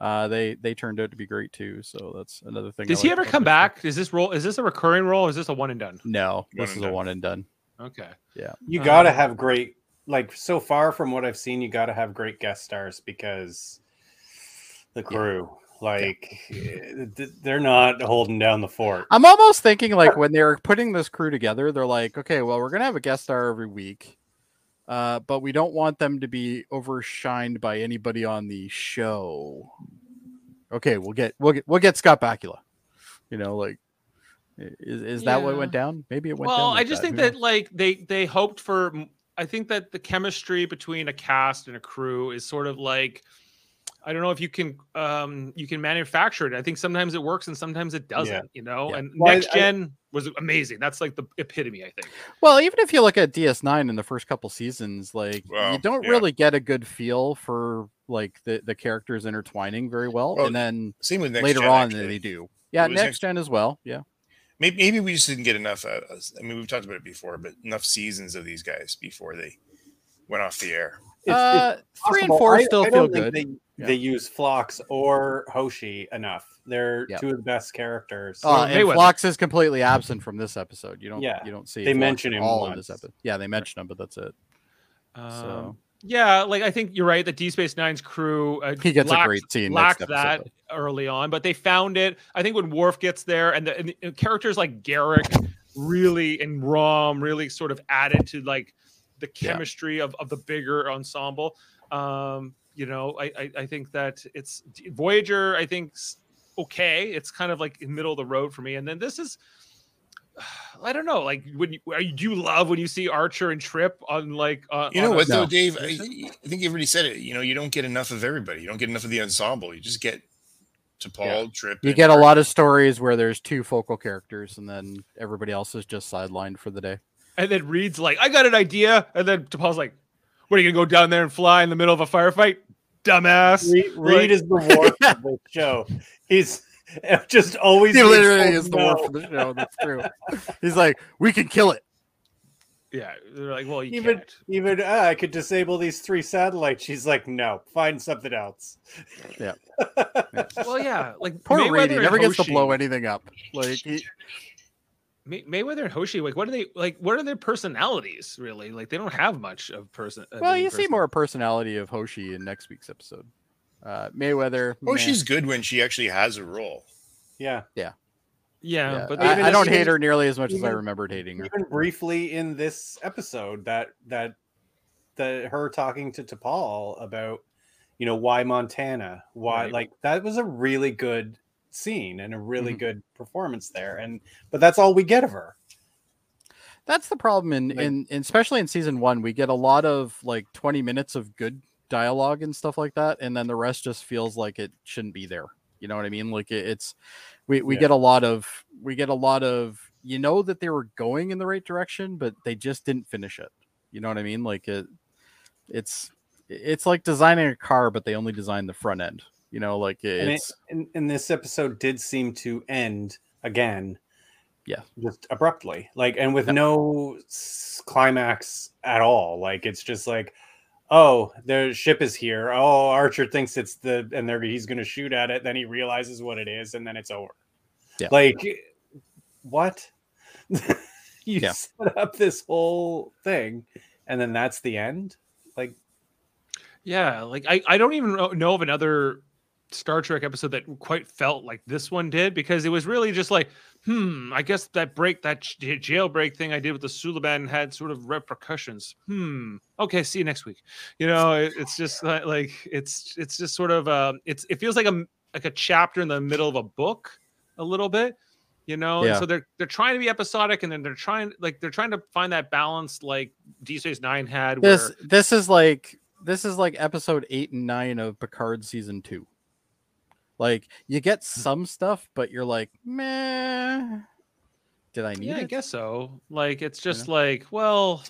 Speaker 1: uh, they they turned out to be great too. So that's another thing. I
Speaker 2: Does he
Speaker 1: liked
Speaker 2: ever
Speaker 1: about
Speaker 2: come
Speaker 1: this show.
Speaker 2: back? Is this role? Is this a recurring role? Or is this a one and done?
Speaker 1: No, this
Speaker 3: and
Speaker 1: is a
Speaker 3: done.
Speaker 1: one and done.
Speaker 2: Okay.
Speaker 4: You
Speaker 1: Uh-huh.
Speaker 2: Um,
Speaker 4: got to have great, like so far from what I've seen, you got to have great guest stars because the crew, like, eh, th- they're not holding down the fort.
Speaker 1: I'm almost thinking like when they were putting this crew together, they're like, okay, well, we're gonna have a guest star every week, uh, but we don't want them to be overshined by anybody on the show. Okay, we'll get we'll get we'll get Scott Bakula. You know, like i- is, is that what
Speaker 2: Yeah.
Speaker 1: went down? Maybe it went down.
Speaker 2: Well, I
Speaker 1: like
Speaker 2: just
Speaker 1: that,
Speaker 2: think
Speaker 1: who knows?
Speaker 2: that like they they hoped for. m- I think that the chemistry between a cast and a crew is sort of like. I don't know if you can um you can manufacture it. I think sometimes it works and sometimes it doesn't, you know.
Speaker 1: Yeah.
Speaker 2: And
Speaker 4: Well, I-
Speaker 2: next
Speaker 4: I-
Speaker 2: gen was amazing. That's like the epitome, I think.
Speaker 1: Well, even if you look at DS9 in the first couple seasons, like
Speaker 3: Wow,
Speaker 1: you don't
Speaker 3: yeah.
Speaker 1: really get a good feel for like the, the characters intertwining very well.
Speaker 3: Well,
Speaker 1: and then
Speaker 3: Same with next
Speaker 1: later
Speaker 3: Gen,
Speaker 1: on
Speaker 3: actually.
Speaker 1: they do. Yeah,
Speaker 3: was
Speaker 1: next,
Speaker 3: next-
Speaker 1: gen as well. Yeah.
Speaker 3: Maybe, maybe we just didn't get enough. Uh, us- I mean, we've talked about it before, but enough seasons of these guys before they went off the air.
Speaker 4: It's- it's
Speaker 1: uh, three and
Speaker 4: possible.
Speaker 1: four
Speaker 4: I-
Speaker 1: still
Speaker 4: I
Speaker 1: feel
Speaker 4: don't think
Speaker 1: good.
Speaker 4: They,
Speaker 1: Yeah.
Speaker 4: they use Phlox or Hoshi enough. They're
Speaker 1: Yeah.
Speaker 4: two of the best characters.
Speaker 1: Uh,
Speaker 2: Floyd
Speaker 1: and
Speaker 2: Oh, Mayweather.
Speaker 1: Phlox is completely absent from this episode. You don't.
Speaker 4: Yeah.
Speaker 1: You don't see.
Speaker 4: They
Speaker 1: Phlox
Speaker 4: mention
Speaker 1: at
Speaker 4: him
Speaker 1: all in this
Speaker 4: once.
Speaker 1: episode. Yeah, they mention him, but that's it.
Speaker 2: Um,
Speaker 1: So-
Speaker 2: yeah, like I think you're right that D Space Nine's crew uh,
Speaker 1: He gets a
Speaker 2: lacked-
Speaker 1: great scene next
Speaker 2: lacked
Speaker 1: episode.
Speaker 2: that early on, but they found it. I think when Worf gets there, and the, and the characters like Garrick really and Rom really sort of added to like the
Speaker 1: Yeah.
Speaker 2: chemistry of, of the bigger ensemble. Um, you know, I, I I think that it's Voyager. I think okay. It's kind of like middle of the road for me. And then this is, I don't know. Like, when you, are you do you love when you see Archer and Trip on like uh,
Speaker 3: You know
Speaker 2: on a-
Speaker 3: what
Speaker 1: No.
Speaker 3: though, Dave? I, I think you already said it. You know, you don't get enough of everybody. You don't get enough of the ensemble. You just get to Paul Trip.
Speaker 1: You
Speaker 3: and
Speaker 1: get a lot of stories where there's two focal characters, and then everybody else is just sidelined for the day.
Speaker 2: And then Reed's like, I got an idea. And then DePaul's like, What are you gonna go down there and fly in the middle of a firefight? dumbass.
Speaker 4: Reed, Reed is the war of the show. He's just always
Speaker 1: He
Speaker 4: makes
Speaker 1: literally
Speaker 2: "Oh,
Speaker 4: us
Speaker 1: is the war
Speaker 4: know.
Speaker 1: for the show. That's true. He's like, we can kill it.
Speaker 2: Yeah, they're like, well, you
Speaker 4: Even-
Speaker 2: can't.
Speaker 4: Even uh, I could disable these three satellites. She's like, no, find something else.
Speaker 1: Yeah.
Speaker 2: Well, yeah, like
Speaker 1: Poor
Speaker 2: Mayweather
Speaker 1: Reed. He
Speaker 2: and
Speaker 1: never gets to
Speaker 2: Hoshi-
Speaker 1: blow anything up. Like, he,
Speaker 2: May- Mayweather and Hoshi, like, what are they like? What are their personalities really? Like, they don't have much of person. of
Speaker 1: well,
Speaker 2: any
Speaker 1: you see
Speaker 2: person-
Speaker 1: more personality of Hoshi in next week's episode. Uh, Mayweather.
Speaker 3: Oh,
Speaker 1: meh.
Speaker 3: she's good when she actually has a role.
Speaker 4: Yeah.
Speaker 2: Yeah,
Speaker 1: Yeah.
Speaker 2: but
Speaker 1: I,
Speaker 4: Um, even
Speaker 1: I
Speaker 4: if
Speaker 1: don't
Speaker 4: she
Speaker 1: hate
Speaker 4: was-
Speaker 1: her nearly as much as I
Speaker 4: even-
Speaker 1: remembered hating her.
Speaker 4: Even briefly in this episode, that that that her talking to T'Pol about, you know, why Montana, why
Speaker 2: Right.
Speaker 4: like that was a really good scene and a really
Speaker 1: Mhm.
Speaker 4: good performance there. And but that's all we get of her.
Speaker 1: That's the problem in,
Speaker 4: Like-
Speaker 1: in in especially in season one, we get a lot of like twenty minutes of good dialogue and stuff like that, and then the rest just feels like it shouldn't be there. You know what I mean? Like it, it's we we
Speaker 4: Yeah.
Speaker 1: get a lot of we get a lot of you know that they were going in the right direction, but they just didn't finish it. You know what I mean? Like it, it's it's like designing a car, but they only designed the front end. You know, like
Speaker 4: And, it,
Speaker 1: it's
Speaker 4: and, and this episode did seem to end again.
Speaker 1: Yeah.
Speaker 4: Just abruptly. Like, and with
Speaker 1: Yeah.
Speaker 4: no s- climax at all. Like, it's just like, oh, their ship is here. Oh, Archer thinks it's the, and there he's going to shoot at it. Then he realizes what it is, and then it's over.
Speaker 1: Yeah.
Speaker 4: Like, what? you
Speaker 1: Yeah.
Speaker 4: set up this whole thing, and then that's the end.
Speaker 2: Yeah, like I, I don't even know- know of another Star Trek episode that quite felt like this one did because it was really just like, hmm, I guess that break, that j- jailbreak thing I did with the Suliban had sort of repercussions. Hmm. Okay, see you next week. You know, it, it's just li- like it's it's just sort of um, it's it feels like a m- like a chapter in the middle of a book a little bit. You know, and
Speaker 1: Yeah.
Speaker 2: so they're they're trying to be episodic, and then they're trying like they're trying to find that balance, like D Space Nine had. where-
Speaker 1: this this is like this is like episode eight and nine of Picard season two. Like you get
Speaker 2: Hmm.
Speaker 1: some stuff, but you're like, meh. Did I need
Speaker 2: yeah, I
Speaker 1: it?
Speaker 2: guess so. Like it's just like, well,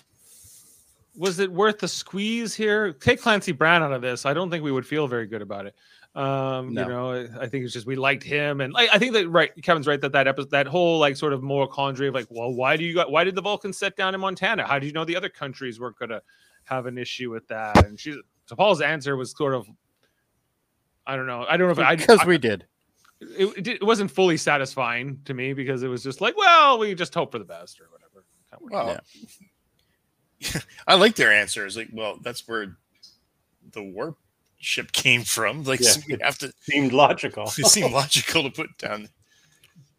Speaker 2: was it worth the squeeze here? Take Clancy Brown out of this. I don't think we would feel very good about it. Um,
Speaker 1: No.
Speaker 2: you know, I- I think it's just we liked him, and like, I think that right, Kevin's right that that episode, that whole like sort of moral quandary of like, well, why do you got, why did the Vulcans set down in Montana? How did you know the other countries weren't gonna have an issue with that? And she, so Paul's answer was sort of, I don't know, I don't know if I,
Speaker 1: Because we did.
Speaker 2: it, it, did- it wasn't fully satisfying to me because it was just like, well, we just hope for the best or whatever. Kinda weird.
Speaker 3: Well, I like their answer. It's like, well, that's where the warp ship came from. Like,
Speaker 4: Yeah.
Speaker 3: so we have to.
Speaker 4: Seemed logical.
Speaker 3: It seemed logical to put down.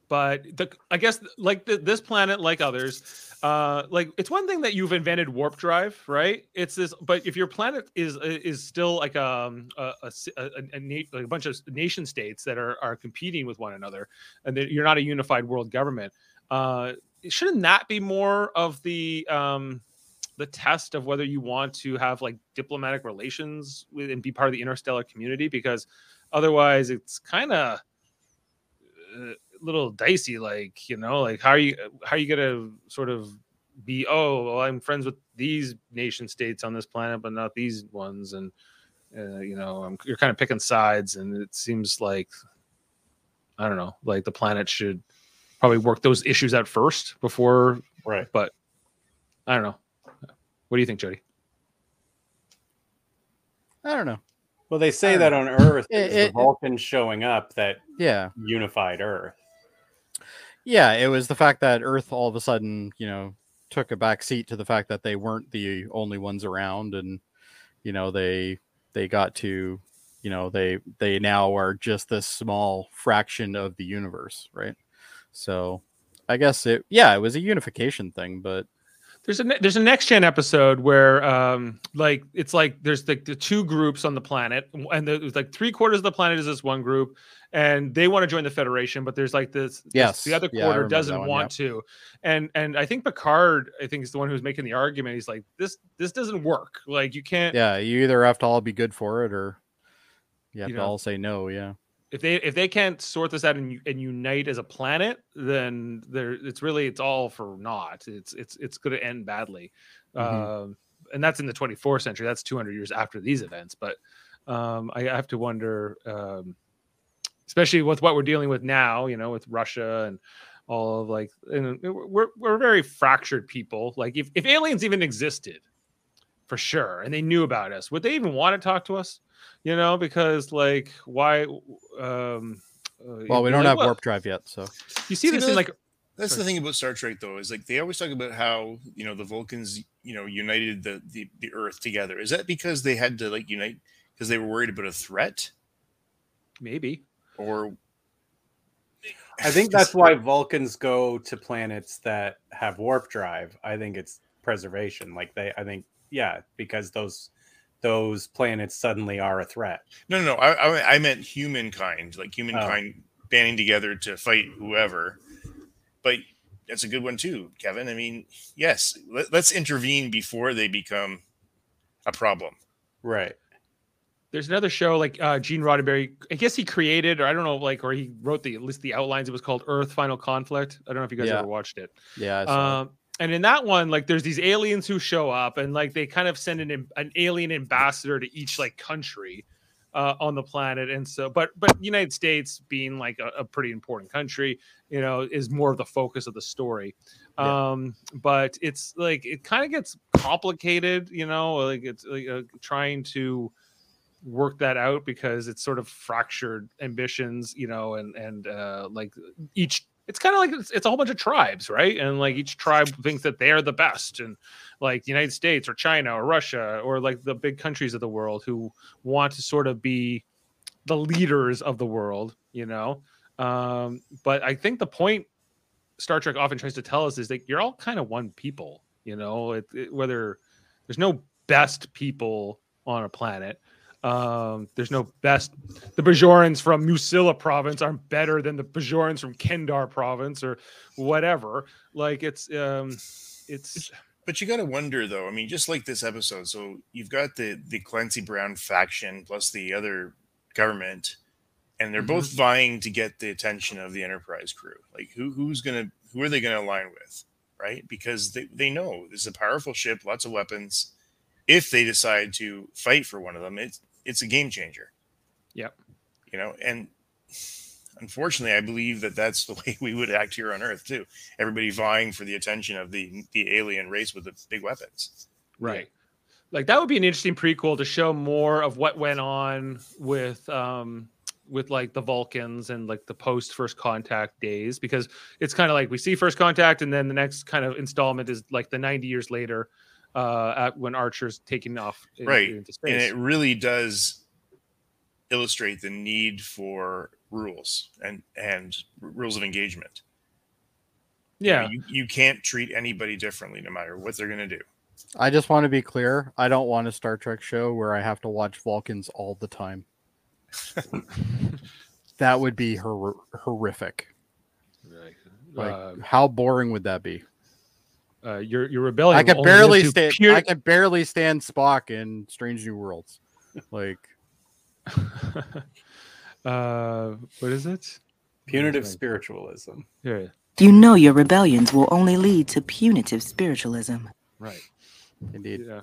Speaker 2: But the, I guess like the, this planet, like others, uh, like it's one thing that you've invented warp drive, right? It's this, but if your planet is uh, is still like um, a a, s- a, a, a na- like a bunch of nation states that are are competing with one another, and that you're not a unified world government, uh, shouldn't that be more of the um, the test of whether you want to have like diplomatic relations with and be part of the interstellar community because otherwise it's kind of a little dicey like you know like how are you how are you gonna sort of be oh well i'm friends with these nation states on this planet but not these ones and uh, you know i you're kind of picking sides and it seems like i don't know like the planet should probably work those issues out first before
Speaker 4: Right.
Speaker 2: but I don't know. What do you think, Jody?
Speaker 1: I don't know.
Speaker 4: Well, they say
Speaker 1: I
Speaker 4: that on Earth,
Speaker 1: It-
Speaker 4: it was
Speaker 1: it-
Speaker 4: the Vulcans showing up that
Speaker 1: Yeah.
Speaker 4: unified Earth.
Speaker 1: Yeah. It was the fact that Earth all of a sudden, you know, took a back seat to the fact that they weren't the only ones around and you know, they they got to you know, they they now are just this small fraction of the universe, right? So I guess it yeah, it was a unification thing, but
Speaker 2: There's a ne- there's a next gen episode where um like it's like there's like the two groups on the planet and there's like three quarters of the planet is this one group and they want to join the federation but there's like this this-
Speaker 1: Yes.
Speaker 2: the other
Speaker 1: Yeah, I remember
Speaker 2: quarter
Speaker 1: that
Speaker 2: doesn't
Speaker 1: one,
Speaker 2: want to and and I think Picard I think is the one who's making the argument he's like this this doesn't work like you can't
Speaker 1: yeah, you either have to all be good for it or you have
Speaker 2: You
Speaker 1: to
Speaker 2: know.
Speaker 1: all say no, yeah.
Speaker 2: if they if they can't sort this out and, u- and unite as a planet, then there it's really it's all for naught. It's it's it's going to end badly,
Speaker 1: Mhm.
Speaker 2: um, and that's in the 24th century. That's 200 years after these events, but um, I have to wonder, um, especially with what we're dealing with now, you know, with Russia and all of like, and we're we're very fractured people. Like, if, if aliens even existed, for sure, and they knew about us, would they even want to talk to us? You know, because like, why? Um, uh,
Speaker 1: Well, we don't
Speaker 2: like,
Speaker 1: have
Speaker 2: well,
Speaker 1: warp drive yet, so
Speaker 2: You see
Speaker 3: See,
Speaker 2: this
Speaker 3: those-
Speaker 2: in like
Speaker 3: That's the
Speaker 2: Sorry.
Speaker 3: thing about Star Trek, though, is like they always talk about how you know the Vulcans, you know, united the the, the Earth together. Is that because they had to like unite because they were worried about a threat,
Speaker 2: maybe
Speaker 3: or
Speaker 4: I think that's why Vulcans go to planets that have warp drive. I think it's preservation. Like they, I think, yeah, because those those planets suddenly are a threat.
Speaker 3: no, no, no. I I, I meant humankind, like humankind banding together to fight whoever. But that's a good one too, Kevin. I mean, yes, let, let's intervene before they become a problem.
Speaker 4: Right.
Speaker 2: There's another show like uh, Gene Roddenberry. I guess he created, or I don't know, like, or he wrote the at least the outlines. It was called Earth Final Conflict. I don't know if you guys
Speaker 1: Yeah.
Speaker 2: ever watched it.
Speaker 1: yeah. I saw
Speaker 2: Um, and in that one, like, there's these aliens who show up, and like they kind of send an am- an alien ambassador to each like country uh, on the planet. And so, but but United States being like a, a pretty important country, you know, is more of the focus of the story.
Speaker 1: Yeah.
Speaker 2: Um, but it's like it kind of gets complicated, you know, like it's like, uh, trying to work that out because it's sort of fractured ambitions, you know, and and uh, like each it's kind of like it's, it's a whole bunch of tribes, right? And like each tribe thinks that they're the best, and like the United States or China or Russia or like the big countries of the world who want to sort of be the leaders of the world, you know. Um, but I think the point Star Trek often tries to tell us is that you're all kind of one people, you know, it, it- whether there's no best people on a planet. Um, there's no best. The Bajorans from Musilla province aren't better than the Bajorans from Kendar province or whatever. Like it's, um, it's
Speaker 3: But you got to wonder, though. I mean, just like this episode, so you've got the the Clancy Brown faction plus the other government, and they're both vying to get the attention of the Enterprise crew. Like, who who's gonna who are they gonna align with, right? Because they they know this is a powerful ship, lots of weapons. If they decide to fight for one of them, it's it's a game changer.
Speaker 2: Yep.
Speaker 3: You know, and unfortunately, I believe that that's the way we would act here on Earth too everybody vying for the attention of the the alien race with the big weapons.
Speaker 2: right like that would be an interesting prequel to show more of what went on with um with like the vulcans and like the post first contact days because it's kind of like we see first contact and then the next kind of installment is like the 90 years later uh at when archer's taking off in-
Speaker 3: Right.
Speaker 2: into
Speaker 3: And
Speaker 2: space
Speaker 3: it really does illustrate the need for rules and and r- rules of engagement. You know,
Speaker 2: yeah
Speaker 3: you, you can't treat anybody differently no matter what they're going to do.
Speaker 1: I just want to be clear. I don't want a Star Trek show where I have to watch Vulcans all the time. that would be hor- horrific. Like,
Speaker 2: Uh,
Speaker 1: how boring would that be?
Speaker 2: uh, your your rebellion
Speaker 1: I can
Speaker 2: only
Speaker 1: barely
Speaker 2: lives to
Speaker 1: stand.
Speaker 2: pure-
Speaker 1: I can barely stand Spock in Strange New Worlds. Like,
Speaker 2: uh what is it
Speaker 4: Punitive
Speaker 2: Right.
Speaker 4: spiritualism.
Speaker 2: here
Speaker 5: You know your rebellions will only lead to punitive spiritualism.
Speaker 2: right
Speaker 1: indeed.
Speaker 2: yeah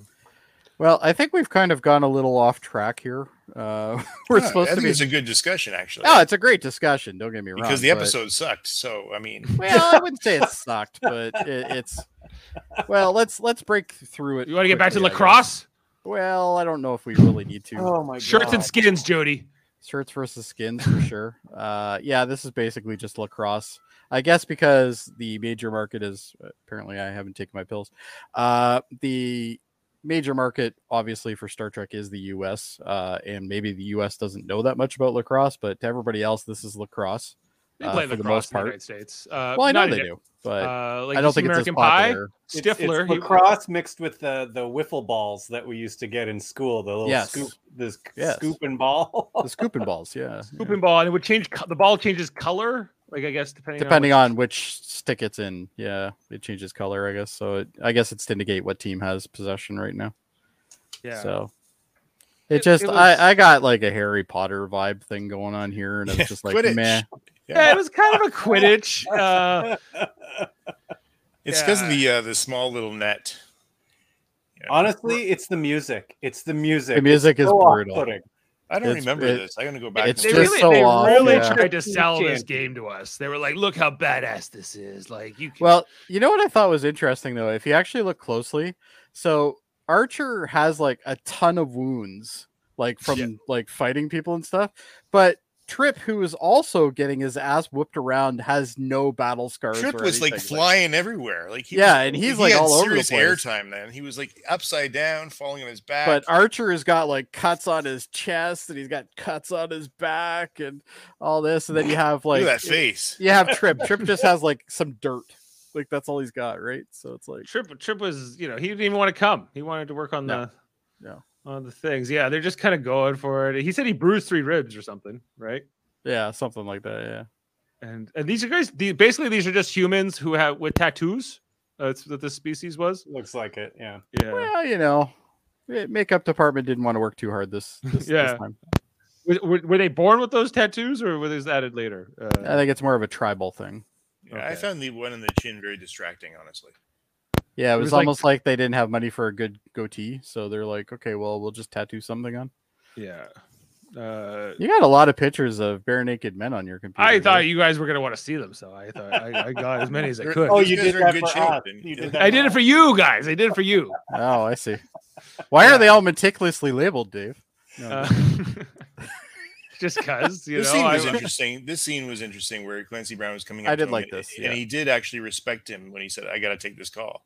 Speaker 1: Well, I think we've kind of gone a little off track here. Uh, we're
Speaker 3: Yeah,
Speaker 1: supposed
Speaker 3: I
Speaker 1: to
Speaker 3: think
Speaker 1: be.
Speaker 3: it's a good discussion actually.
Speaker 1: Oh, it's a great discussion. Don't get me wrong.
Speaker 3: because the
Speaker 1: but-
Speaker 3: episode sucked. So I mean,
Speaker 1: Well, I wouldn't say it sucked, but it, it's. Well, let's let's break through it.
Speaker 2: you want to get back to
Speaker 1: quickly, I guess.
Speaker 2: lacrosse
Speaker 1: Well, I don't know if we really need to.
Speaker 4: Oh my
Speaker 2: shirts and skins jody
Speaker 1: Shirts versus skins for sure. Uh, yeah, this is basically just lacrosse, I guess, because the major market is uh, apparently I haven't taken my pills. Uh, the major market, obviously, for Star Trek is the U.S. Uh, and maybe the U.S. doesn't know that much about lacrosse, but to everybody else, this is lacrosse.
Speaker 2: They
Speaker 1: uh,
Speaker 2: play
Speaker 1: for the most
Speaker 2: lacrosse in
Speaker 1: part.
Speaker 2: the United States. Uh,
Speaker 1: well, I know
Speaker 2: not
Speaker 1: they
Speaker 2: in-
Speaker 1: do, but
Speaker 2: Uh, like
Speaker 1: I
Speaker 2: you
Speaker 1: don't
Speaker 2: see
Speaker 1: think
Speaker 2: American
Speaker 1: it's as
Speaker 2: Pie,
Speaker 1: popular.
Speaker 2: Stifler.
Speaker 4: it's
Speaker 2: he-
Speaker 4: lacrosse mixed with the the wiffle balls that we used to get in school. The little
Speaker 1: Yes.
Speaker 4: scoop, the sc-
Speaker 1: Yes.
Speaker 4: scoop and ball.
Speaker 1: The scooping balls, yeah.
Speaker 2: Hoop and ball, and it would change. co- The ball changes color. Like I guess depending.
Speaker 1: depending
Speaker 2: on
Speaker 1: on which stick it's in yeah it changes color i guess so it, i guess it's to indicate what team has possession right now
Speaker 2: what- yeah.
Speaker 1: so
Speaker 2: It-
Speaker 1: it,
Speaker 2: it
Speaker 1: just
Speaker 2: was-
Speaker 1: i i got like a harry potter vibe thing going on here and it's just like
Speaker 3: Quidditch.
Speaker 1: man
Speaker 2: Yeah, it was kind of a Quidditch. Uh,
Speaker 3: it's because
Speaker 2: Yeah.
Speaker 3: of the uh, the small little net. You know,
Speaker 4: Honestly, it's the music. It's the music.
Speaker 1: the music is
Speaker 4: so
Speaker 1: brutal
Speaker 4: off-putting.
Speaker 3: I don't
Speaker 1: It's-
Speaker 3: remember
Speaker 1: it-
Speaker 3: this. I'm gonna go back.
Speaker 1: it's
Speaker 2: They
Speaker 3: and
Speaker 1: just
Speaker 3: look.
Speaker 2: really,
Speaker 1: so
Speaker 2: they
Speaker 1: off,
Speaker 2: really
Speaker 1: yeah.
Speaker 2: tried to sell this game to us. They were like, "Look how badass this is!" Like you. Can...
Speaker 1: Well, you know what I thought was interesting though, if you actually look closely, so Archer has like a ton of wounds, like from like fighting people and stuff, but Trip, who is also getting his ass whooped around, has no battle scars.
Speaker 3: Trip
Speaker 1: or
Speaker 3: was like
Speaker 1: anything.
Speaker 3: flying everywhere. Like
Speaker 1: Yeah,
Speaker 3: was-
Speaker 1: and he's,
Speaker 3: he
Speaker 1: like,
Speaker 3: had
Speaker 1: all over the
Speaker 3: serious
Speaker 1: place.
Speaker 3: airtime. Then he was like upside down, falling on his back.
Speaker 1: But Archer has got like cuts on his chest, and he's got cuts on his back, and all this. And then you have
Speaker 3: look
Speaker 1: like
Speaker 3: at that face.
Speaker 1: you have Trip. Trip just has like some dirt, like that's all he's got, right? So it's like
Speaker 2: Trip Trip was, you know, he didn't even want to come. He wanted to work on
Speaker 1: No.
Speaker 2: the
Speaker 1: No.
Speaker 2: on the things. Yeah, they're just kind of going for it. He said he bruised three ribs or something, right?
Speaker 1: yeah, something like that. Yeah.
Speaker 2: And and these are guys the, basically these are just humans who have with tattoos. Uh, that's what this species was.
Speaker 4: Looks like it. Yeah.
Speaker 2: Yeah.
Speaker 1: Well, you know, eh, makeup department didn't want to work too hard this, this, this
Speaker 2: Yeah.
Speaker 1: time.
Speaker 2: Were, were, were they born with those tattoos or were those added later?
Speaker 1: I
Speaker 2: Uh,
Speaker 1: think it's more of a tribal thing.
Speaker 3: Yeah, I
Speaker 2: okay.
Speaker 3: found the one in the chin very distracting, honestly.
Speaker 1: Yeah, it
Speaker 2: It
Speaker 1: was,
Speaker 2: was like-
Speaker 1: almost like they didn't have money for a good goatee, so they're like, okay, well, we'll just tattoo something on.
Speaker 2: yeah. Uh,
Speaker 1: You got a lot of pictures of bare naked men on your computer.
Speaker 2: I thought
Speaker 1: you.
Speaker 2: you guys were gonna want to see them, so I thought I, I got as many as I
Speaker 3: They're-
Speaker 2: could.
Speaker 4: Oh,
Speaker 3: These
Speaker 4: you
Speaker 3: guys
Speaker 4: did
Speaker 3: are in
Speaker 4: that
Speaker 3: good
Speaker 4: for
Speaker 3: shape,
Speaker 4: us.
Speaker 3: and-
Speaker 4: You
Speaker 3: yeah.
Speaker 4: did that
Speaker 2: I did
Speaker 4: for
Speaker 2: it for you guys. I did it for you.
Speaker 1: Oh, I see. Why are they all meticulously labeled, Dave? No,
Speaker 2: Uh, just cause you
Speaker 3: this
Speaker 2: know,
Speaker 3: scene
Speaker 2: I-
Speaker 3: was interesting. This scene was interesting where Clancy Brown was coming.
Speaker 1: I
Speaker 3: up to
Speaker 1: did
Speaker 3: him
Speaker 1: like
Speaker 3: and-
Speaker 1: this, yeah.
Speaker 3: and he did actually respect him when he said, "I got to take this call."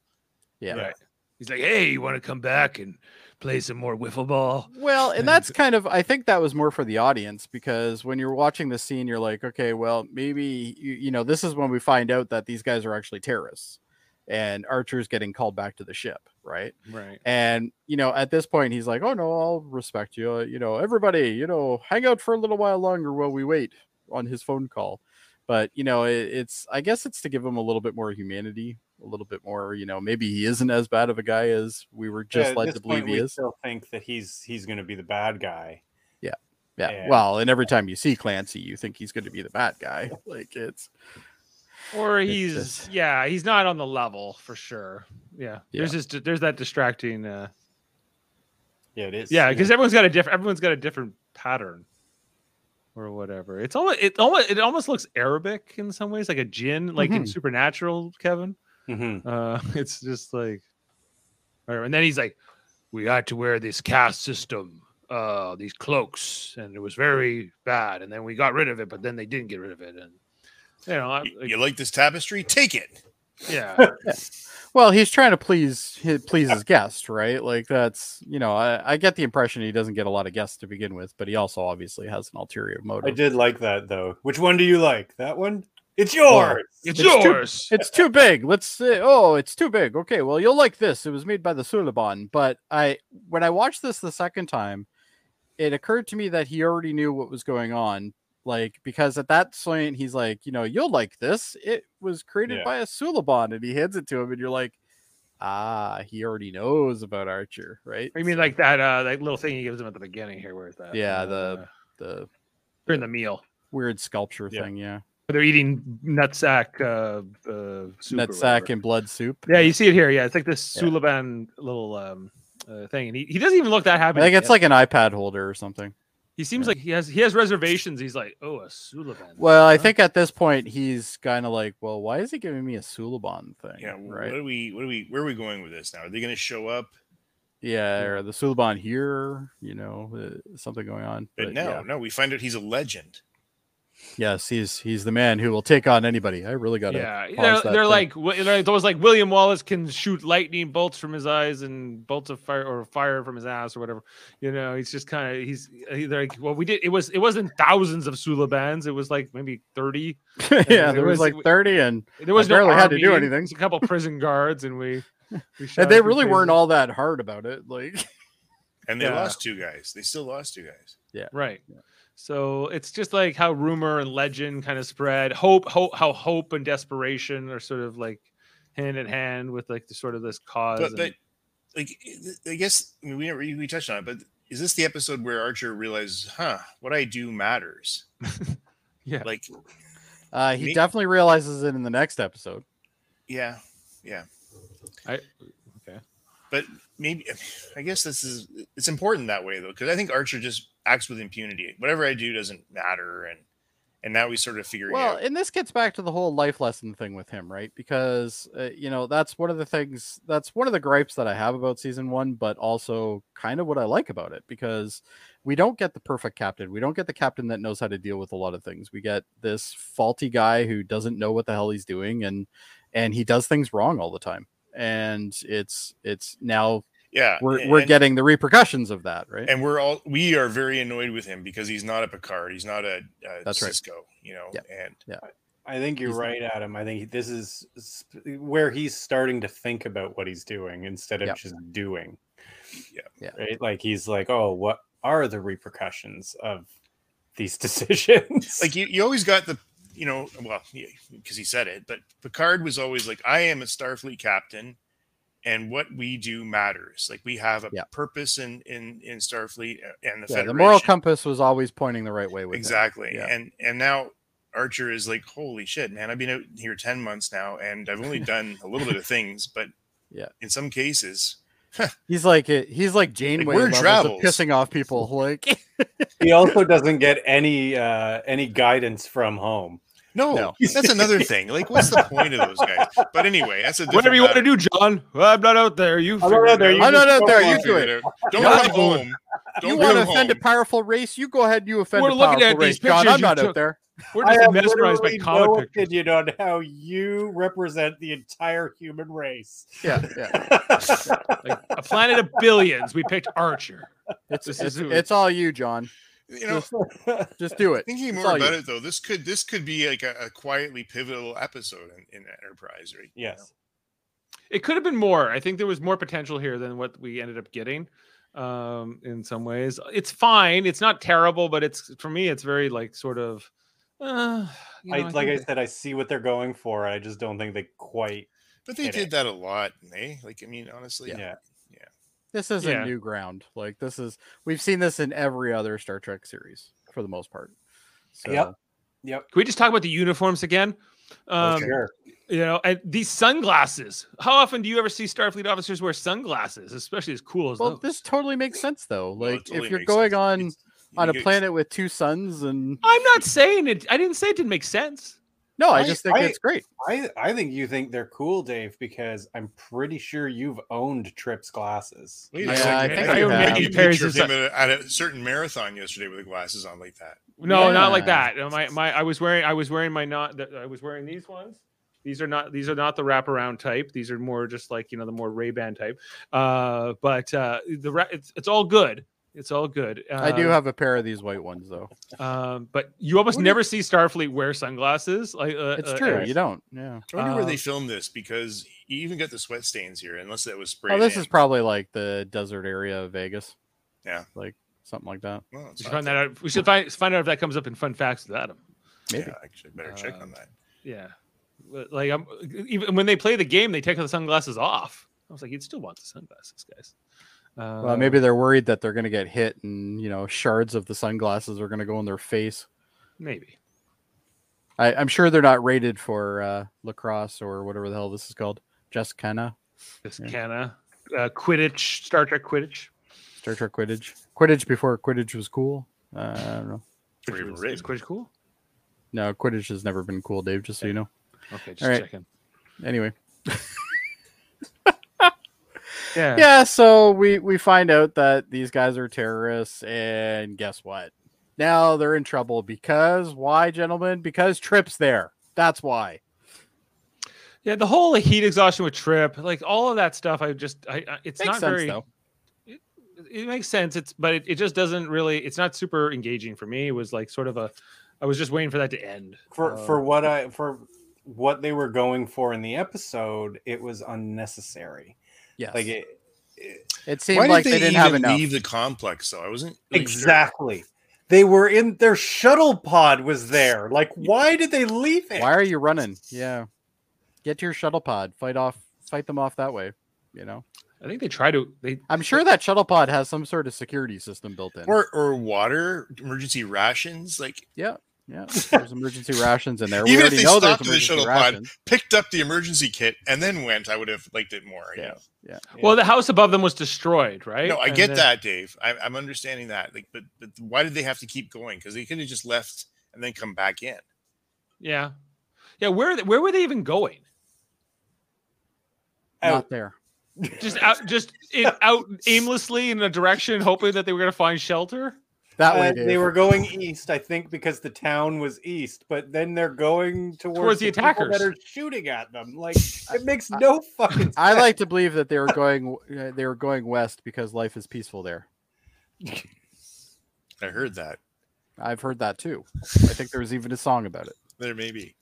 Speaker 1: yeah.
Speaker 2: Right. He's like, hey, you want to come back and play some more wiffle ball?
Speaker 1: Well, and that's kind of I think that was more for the audience because when you're watching the scene, you're like, okay, well, maybe you, you know, this is when we find out that these guys are actually terrorists, and Archer's getting called back to the ship, right?
Speaker 2: Right.
Speaker 1: And you know, at this point, he's like, oh no, I'll respect you, uh, you know, everybody, you know, hang out for a little while longer while we wait on his phone call. But you know, it, it's I guess it's to give him a little bit more humanity, a little bit more, you know, maybe he isn't as bad of a guy as we were
Speaker 4: Yeah,
Speaker 1: just
Speaker 4: at
Speaker 1: led
Speaker 4: this
Speaker 1: to believe
Speaker 4: point,
Speaker 1: he
Speaker 4: we
Speaker 1: is.
Speaker 4: still think that he's he's going to be the bad guy.
Speaker 1: Yeah.
Speaker 4: Yeah.
Speaker 1: Well, and every time you see Clancy, you think he's going to be the bad guy. Like it's
Speaker 2: Or
Speaker 1: It's
Speaker 2: he's
Speaker 1: just-
Speaker 2: yeah, he's not on the level for sure. Yeah. There's just there's that distracting. Uh,
Speaker 4: Yeah, it is.
Speaker 2: yeah, because everyone's got a different everyone's got a different pattern or whatever. It's almost it almost it almost looks Arabic in some ways, like a jinn, like in
Speaker 1: Mhm.
Speaker 2: Supernatural, Kevin.
Speaker 4: Mhm.
Speaker 2: Uh, it's just like, or- and then he's like, "We had to wear this caste system, uh, these cloaks, and it was very bad. And then we got rid of it, but then they didn't get rid of it. And you know,
Speaker 1: Uh,
Speaker 2: I,
Speaker 3: You,
Speaker 2: like,
Speaker 3: you like this tapestry? Take it.
Speaker 2: yeah,
Speaker 1: well, he's trying to please he, please his guest, right? Like that's you know, I, I get the impression he doesn't get a lot of guests to begin with, but he also obviously has an ulterior motive.
Speaker 4: I did like that though. Which one do you like? That one? It's yours.
Speaker 2: it's,
Speaker 1: too-
Speaker 2: yours.
Speaker 1: It's too big. Let's say, oh, it's too big. Okay, well, you'll like this. It was made by the Suliban. But I, when I watched this the second time, it occurred to me that he already knew what was going on. Like, because at that point, he's like, you know, you'll like this. It was created
Speaker 4: Yeah.
Speaker 1: by a Suliban. And he hands it to him, and you're like, ah, he already knows about Archer, right?
Speaker 2: you mean like that? Uh, that little thing he gives him at the beginning here. Where is that?
Speaker 1: Yeah,
Speaker 2: Uh,
Speaker 1: the- The
Speaker 2: during the meal.
Speaker 1: weird sculpture
Speaker 4: Yeah.
Speaker 1: thing, yeah.
Speaker 2: where They're eating nutsack, uh, uh, soup or
Speaker 1: Nutsack
Speaker 2: whatever.
Speaker 1: and blood soup.
Speaker 2: yeah, you see it here. Yeah, it's like this
Speaker 1: Yeah.
Speaker 2: Suliban little um uh, thing, and he, he doesn't even look that happy.
Speaker 1: I think
Speaker 2: to
Speaker 1: it's
Speaker 2: him.
Speaker 1: like an iPad holder or something.
Speaker 2: He seems
Speaker 1: Yeah.
Speaker 2: like he has he has reservations. He's like, oh, a Suliban.
Speaker 1: Well, I
Speaker 2: huh?
Speaker 1: think at this point he's kind of like, well, why is he giving me a Suliban thing?
Speaker 3: Yeah. What
Speaker 1: right.
Speaker 3: are we? What are we? Where are we going with this now? Are they going to show up?
Speaker 1: Yeah, or the Suliban here, you know, uh, something going on.
Speaker 3: But, no,
Speaker 1: yeah.
Speaker 3: no. We find out he's a legend.
Speaker 1: yes, he's he's the man who will take on anybody. I really got to.
Speaker 2: yeah,
Speaker 1: pause
Speaker 2: they're,
Speaker 1: that
Speaker 2: they're
Speaker 1: thing.
Speaker 2: like wi- they're always like William Wallace can shoot lightning bolts from his eyes and bolts of fire or fire from his ass or whatever. You know, he's just kind of he's he- they're like, well, we did it was it wasn't thousands of Sulibans, it was like maybe thirty.
Speaker 1: yeah,
Speaker 2: there
Speaker 1: there was
Speaker 2: was-
Speaker 1: like thirty, and
Speaker 2: There was no
Speaker 1: barely had to
Speaker 2: army,
Speaker 1: do
Speaker 2: there
Speaker 1: anything.
Speaker 2: was A couple prison guards, and we, we shot
Speaker 1: and they
Speaker 2: a few
Speaker 1: really weren't
Speaker 2: crazies.
Speaker 1: all that hard about it. Like,
Speaker 3: And they
Speaker 2: Yeah.
Speaker 3: lost two guys. They still lost two guys.
Speaker 2: Right. So it's just like how rumor and legend kind of spread. Hope, hope, how hope and desperation are sort of like hand in hand with like the sort of this cause.
Speaker 3: But but
Speaker 2: and-
Speaker 3: like I guess I mean, we never we touched on it. But is this the episode where Archer realizes, huh, what I do matters?
Speaker 2: yeah,
Speaker 3: Like
Speaker 1: uh, he
Speaker 3: Me-
Speaker 1: definitely realizes it in the next episode.
Speaker 3: yeah, yeah.
Speaker 2: I- okay.
Speaker 3: But maybe I guess this is it's important that way though, because I think Archer just acts with impunity. Whatever I do doesn't matter, and and now we sort of figure
Speaker 1: Well,
Speaker 3: out.
Speaker 1: and this gets back to the whole life lesson thing with him, right? Because uh, you know that's one of the things that's one of the gripes that I have about season one, but also kind of what I like about it because we don't get the perfect captain. We don't get the captain that knows how to deal with a lot of things. We get this faulty guy who doesn't know what the hell he's doing, and and he does things wrong all the time. And it's it's now
Speaker 3: Yeah,
Speaker 1: we're
Speaker 3: and-
Speaker 1: we're
Speaker 3: Uh, and-
Speaker 1: getting the repercussions of that, right?
Speaker 3: and we're all we are very annoyed with him because he's not a Picard, he's not a, a
Speaker 1: That's right.
Speaker 3: Cisco, you know,
Speaker 1: Yeah.
Speaker 3: and
Speaker 4: I think you're
Speaker 1: He's-
Speaker 4: right, Adam. I think this is sp- where he's starting to think about what he's doing instead of
Speaker 1: Yep.
Speaker 4: just doing.
Speaker 3: Yeah.
Speaker 1: Yeah.
Speaker 4: Right? Like he's like, oh, what are the repercussions of these decisions?
Speaker 3: like you, you always got the you know well because he said it but picard was always like i am a starfleet captain and what we do matters like we have a
Speaker 1: Yeah.
Speaker 3: purpose in in in starfleet uh, and the
Speaker 1: yeah,
Speaker 3: Federation.
Speaker 1: the moral compass was always pointing the right way with him.
Speaker 3: exactly
Speaker 1: Yeah.
Speaker 3: and and now archer is like holy shit man i've been out here 10 months now and i've only done a little bit of things but
Speaker 1: Yeah.
Speaker 3: in some cases
Speaker 1: He's like he's like Janeway
Speaker 3: word
Speaker 1: levels of
Speaker 3: travels.
Speaker 1: pissing off people. Like
Speaker 4: he also doesn't get any uh any guidance from home.
Speaker 3: no,
Speaker 1: No.
Speaker 3: that's another thing like what's the point of those guys but anyway that's a
Speaker 2: Whatever
Speaker 3: different
Speaker 2: you want to
Speaker 3: matter.
Speaker 2: do, John. I'm not out there. You.
Speaker 4: not
Speaker 2: figure
Speaker 4: out
Speaker 2: it
Speaker 4: there, you
Speaker 1: I'm not out there.
Speaker 4: You
Speaker 1: You do it.
Speaker 3: Figure out. Don't
Speaker 1: You're not
Speaker 3: come
Speaker 1: going-
Speaker 3: home. Don't
Speaker 1: You want to
Speaker 3: come
Speaker 1: offend a
Speaker 3: home.
Speaker 1: powerful race? You go ahead. and You offend
Speaker 2: We're
Speaker 1: a
Speaker 2: looking
Speaker 1: powerful
Speaker 2: at
Speaker 1: race,
Speaker 2: these
Speaker 1: John.
Speaker 2: pictures
Speaker 1: I'm
Speaker 2: you
Speaker 1: not out
Speaker 2: took.
Speaker 1: there.
Speaker 2: We're
Speaker 4: I
Speaker 2: just
Speaker 4: have
Speaker 2: mesmerized by
Speaker 4: literally no
Speaker 2: comic pictures.
Speaker 4: opinion on how you represent the entire human race.
Speaker 1: Yeah, yeah.
Speaker 2: Like, a planet of billions. We picked Archer.
Speaker 1: It's
Speaker 2: This
Speaker 1: it's,
Speaker 2: is who-
Speaker 1: it's all you, John.
Speaker 3: You know,
Speaker 1: Just do it.
Speaker 3: Thinking
Speaker 1: It's
Speaker 3: more
Speaker 1: all
Speaker 3: about
Speaker 1: you.
Speaker 3: it though, this could this could be like a, a quietly pivotal episode in, in Enterprise, right? You know?
Speaker 4: yes.
Speaker 2: It could have been more. I think there was more potential here than what we ended up getting. Um, in some ways, it's fine. It's not terrible, but it's for me, it's very like sort of. Uh, you know,
Speaker 4: I, like I
Speaker 2: think-
Speaker 4: said, I see what they're going for. I just don't think they quite.
Speaker 3: But they
Speaker 4: It
Speaker 3: did
Speaker 4: is.
Speaker 3: that a lot, and they like I mean, honestly,
Speaker 4: Yeah.
Speaker 1: This isn't
Speaker 2: Yeah.
Speaker 1: new ground. Like this is we've seen this in every other Star Trek series for the most part. So,
Speaker 4: Yep. Yep.
Speaker 2: Can we just talk about the uniforms again? Um,
Speaker 4: sure.
Speaker 2: You know, and these sunglasses. How often do you ever see Starfleet officers wear sunglasses, especially as cool as
Speaker 1: Well,
Speaker 2: those?
Speaker 1: this totally makes sense though.
Speaker 3: Well, it
Speaker 1: Like
Speaker 3: totally
Speaker 1: if you're
Speaker 3: makes
Speaker 1: going
Speaker 3: sense.
Speaker 1: on
Speaker 3: It's-
Speaker 1: on a
Speaker 3: you-
Speaker 1: planet with two suns and
Speaker 2: I'm not saying it. I didn't say it didn't make sense.
Speaker 1: no, I,
Speaker 4: I-
Speaker 1: just think
Speaker 4: I-
Speaker 1: it's great.
Speaker 4: I I think you think they're cool, Dave, because I'm pretty sure you've owned Tripp's glasses.
Speaker 3: Wait a
Speaker 1: Yeah,
Speaker 3: second,
Speaker 1: I
Speaker 2: think
Speaker 3: got
Speaker 2: I
Speaker 3: a
Speaker 2: own
Speaker 3: big
Speaker 2: many
Speaker 3: picture
Speaker 2: pairs
Speaker 3: of
Speaker 2: of
Speaker 3: him at a, at a certain marathon yesterday with the glasses on like that.
Speaker 2: No, not like
Speaker 1: Yeah.
Speaker 2: that. Uh, My my I was wearing I was wearing my not th- I was wearing these ones. These are not these are not the wraparound type. These are more just like you know the more Ray Ban type. Uh, but uh, the ra- it's, it's all good. It's all good. Uh,
Speaker 1: I do have a pair of these white ones though.
Speaker 2: Um, but you almost
Speaker 3: What do you-
Speaker 2: never see Starfleet wear sunglasses. Like uh,
Speaker 1: It's
Speaker 2: uh,
Speaker 1: true.
Speaker 2: Eric.
Speaker 1: You don't. Yeah.
Speaker 3: I wonder where they
Speaker 1: Oh.
Speaker 2: Uh,
Speaker 3: filmed this because you even got the sweat stains here, unless that was sprayed.
Speaker 1: Oh, this
Speaker 3: in.
Speaker 1: is probably like the desert area of Vegas.
Speaker 3: Yeah.
Speaker 1: Like something like that.
Speaker 3: Well, it's
Speaker 2: We should
Speaker 3: not
Speaker 2: find that out. We should find find out if that comes up in fun facts with Adam.
Speaker 3: that-
Speaker 1: Maybe.
Speaker 3: Yeah, actually, better check on
Speaker 2: Um,
Speaker 3: that.
Speaker 2: Yeah, But, like I'm even when they play the game, they take the sunglasses off. I was like, you'd still want the sunglasses, guys. Uh,
Speaker 1: Well, maybe they're worried that they're going to get hit and, you know, shards of the sunglasses are going to go in their face.
Speaker 2: maybe.
Speaker 1: I, I'm sure they're not rated for uh, lacrosse or whatever the hell this is called. Just Kenna,
Speaker 2: Just
Speaker 1: Yeah.
Speaker 2: canna. Uh, Quidditch, Star Trek Quidditch.
Speaker 1: Star Trek Quidditch. Quidditch before Quidditch was cool. Uh, I don't know.
Speaker 3: Pretty
Speaker 2: Quidditch was-
Speaker 3: overrated.
Speaker 2: is Quidditch cool?
Speaker 1: No, Quidditch has never been cool, Dave, just so you know.
Speaker 2: Okay, just
Speaker 1: All right.
Speaker 2: checking.
Speaker 1: Anyway.
Speaker 2: Yeah.
Speaker 1: Yeah, so we, we find out that these guys are terrorists, and guess what? Now they're in trouble because why, gentlemen? Because Trip's there. That's why.
Speaker 2: Yeah, the whole heat exhaustion with Trip, like all of that stuff, I just, I, I it's
Speaker 1: Makes
Speaker 2: not
Speaker 1: sense
Speaker 2: very.
Speaker 1: though.
Speaker 2: it makes sense. It's but it, it just doesn't really. It's not super engaging for me. It was like sort of a. I was just waiting for that to end.
Speaker 4: For
Speaker 2: Uh,
Speaker 4: for what I for what they were going for in the episode, it was unnecessary.
Speaker 1: Yes.
Speaker 4: Like it, it-
Speaker 1: It
Speaker 3: Why
Speaker 1: seemed
Speaker 3: did
Speaker 1: like they, didn't have
Speaker 3: even
Speaker 1: enough.
Speaker 3: leave the complex though? I wasn't really sure.
Speaker 4: exactly. They were in their shuttle pod was there. Like, why did they leave it?
Speaker 1: Why are you running? Yeah. Get to your shuttle pod. Fight off fight them off that way. You know?
Speaker 2: I think they try to. They
Speaker 1: I'm sure that shuttle pod has some sort of security system built in.
Speaker 3: Or or water emergency rations like
Speaker 1: yeah. Yeah, there's emergency rations in there. we
Speaker 3: Even if
Speaker 1: already
Speaker 3: they
Speaker 1: know there's
Speaker 3: stopped in the
Speaker 1: emergency
Speaker 3: shuttle pod,
Speaker 1: rations.
Speaker 3: Picked up the emergency kit and then went. I would have liked it more.
Speaker 1: Yeah,
Speaker 3: Yeah.
Speaker 1: yeah.
Speaker 2: Well, the house above them was destroyed, right?
Speaker 3: No, I
Speaker 2: And
Speaker 3: get
Speaker 2: then-
Speaker 3: that, Dave. I, I'm understanding that. Like, but, but why did they have to keep going? Because they could have just left and then come back in.
Speaker 2: Yeah, yeah. Where are they- where were they even going?
Speaker 1: not there.
Speaker 2: Just out, just in, out aimlessly in a direction, hoping that they were going to find shelter.
Speaker 1: That way
Speaker 4: Uh, they were going east, I think, because the town was east. But then they're going towards,
Speaker 2: Towards the
Speaker 4: people
Speaker 2: attackers.
Speaker 4: that are shooting at them. Like it makes no fucking.
Speaker 1: I like to believe that they were going uh, they were going west because life is peaceful there.
Speaker 3: I heard that.
Speaker 1: I've heard that too. I think there was even a song about it.
Speaker 3: There may be.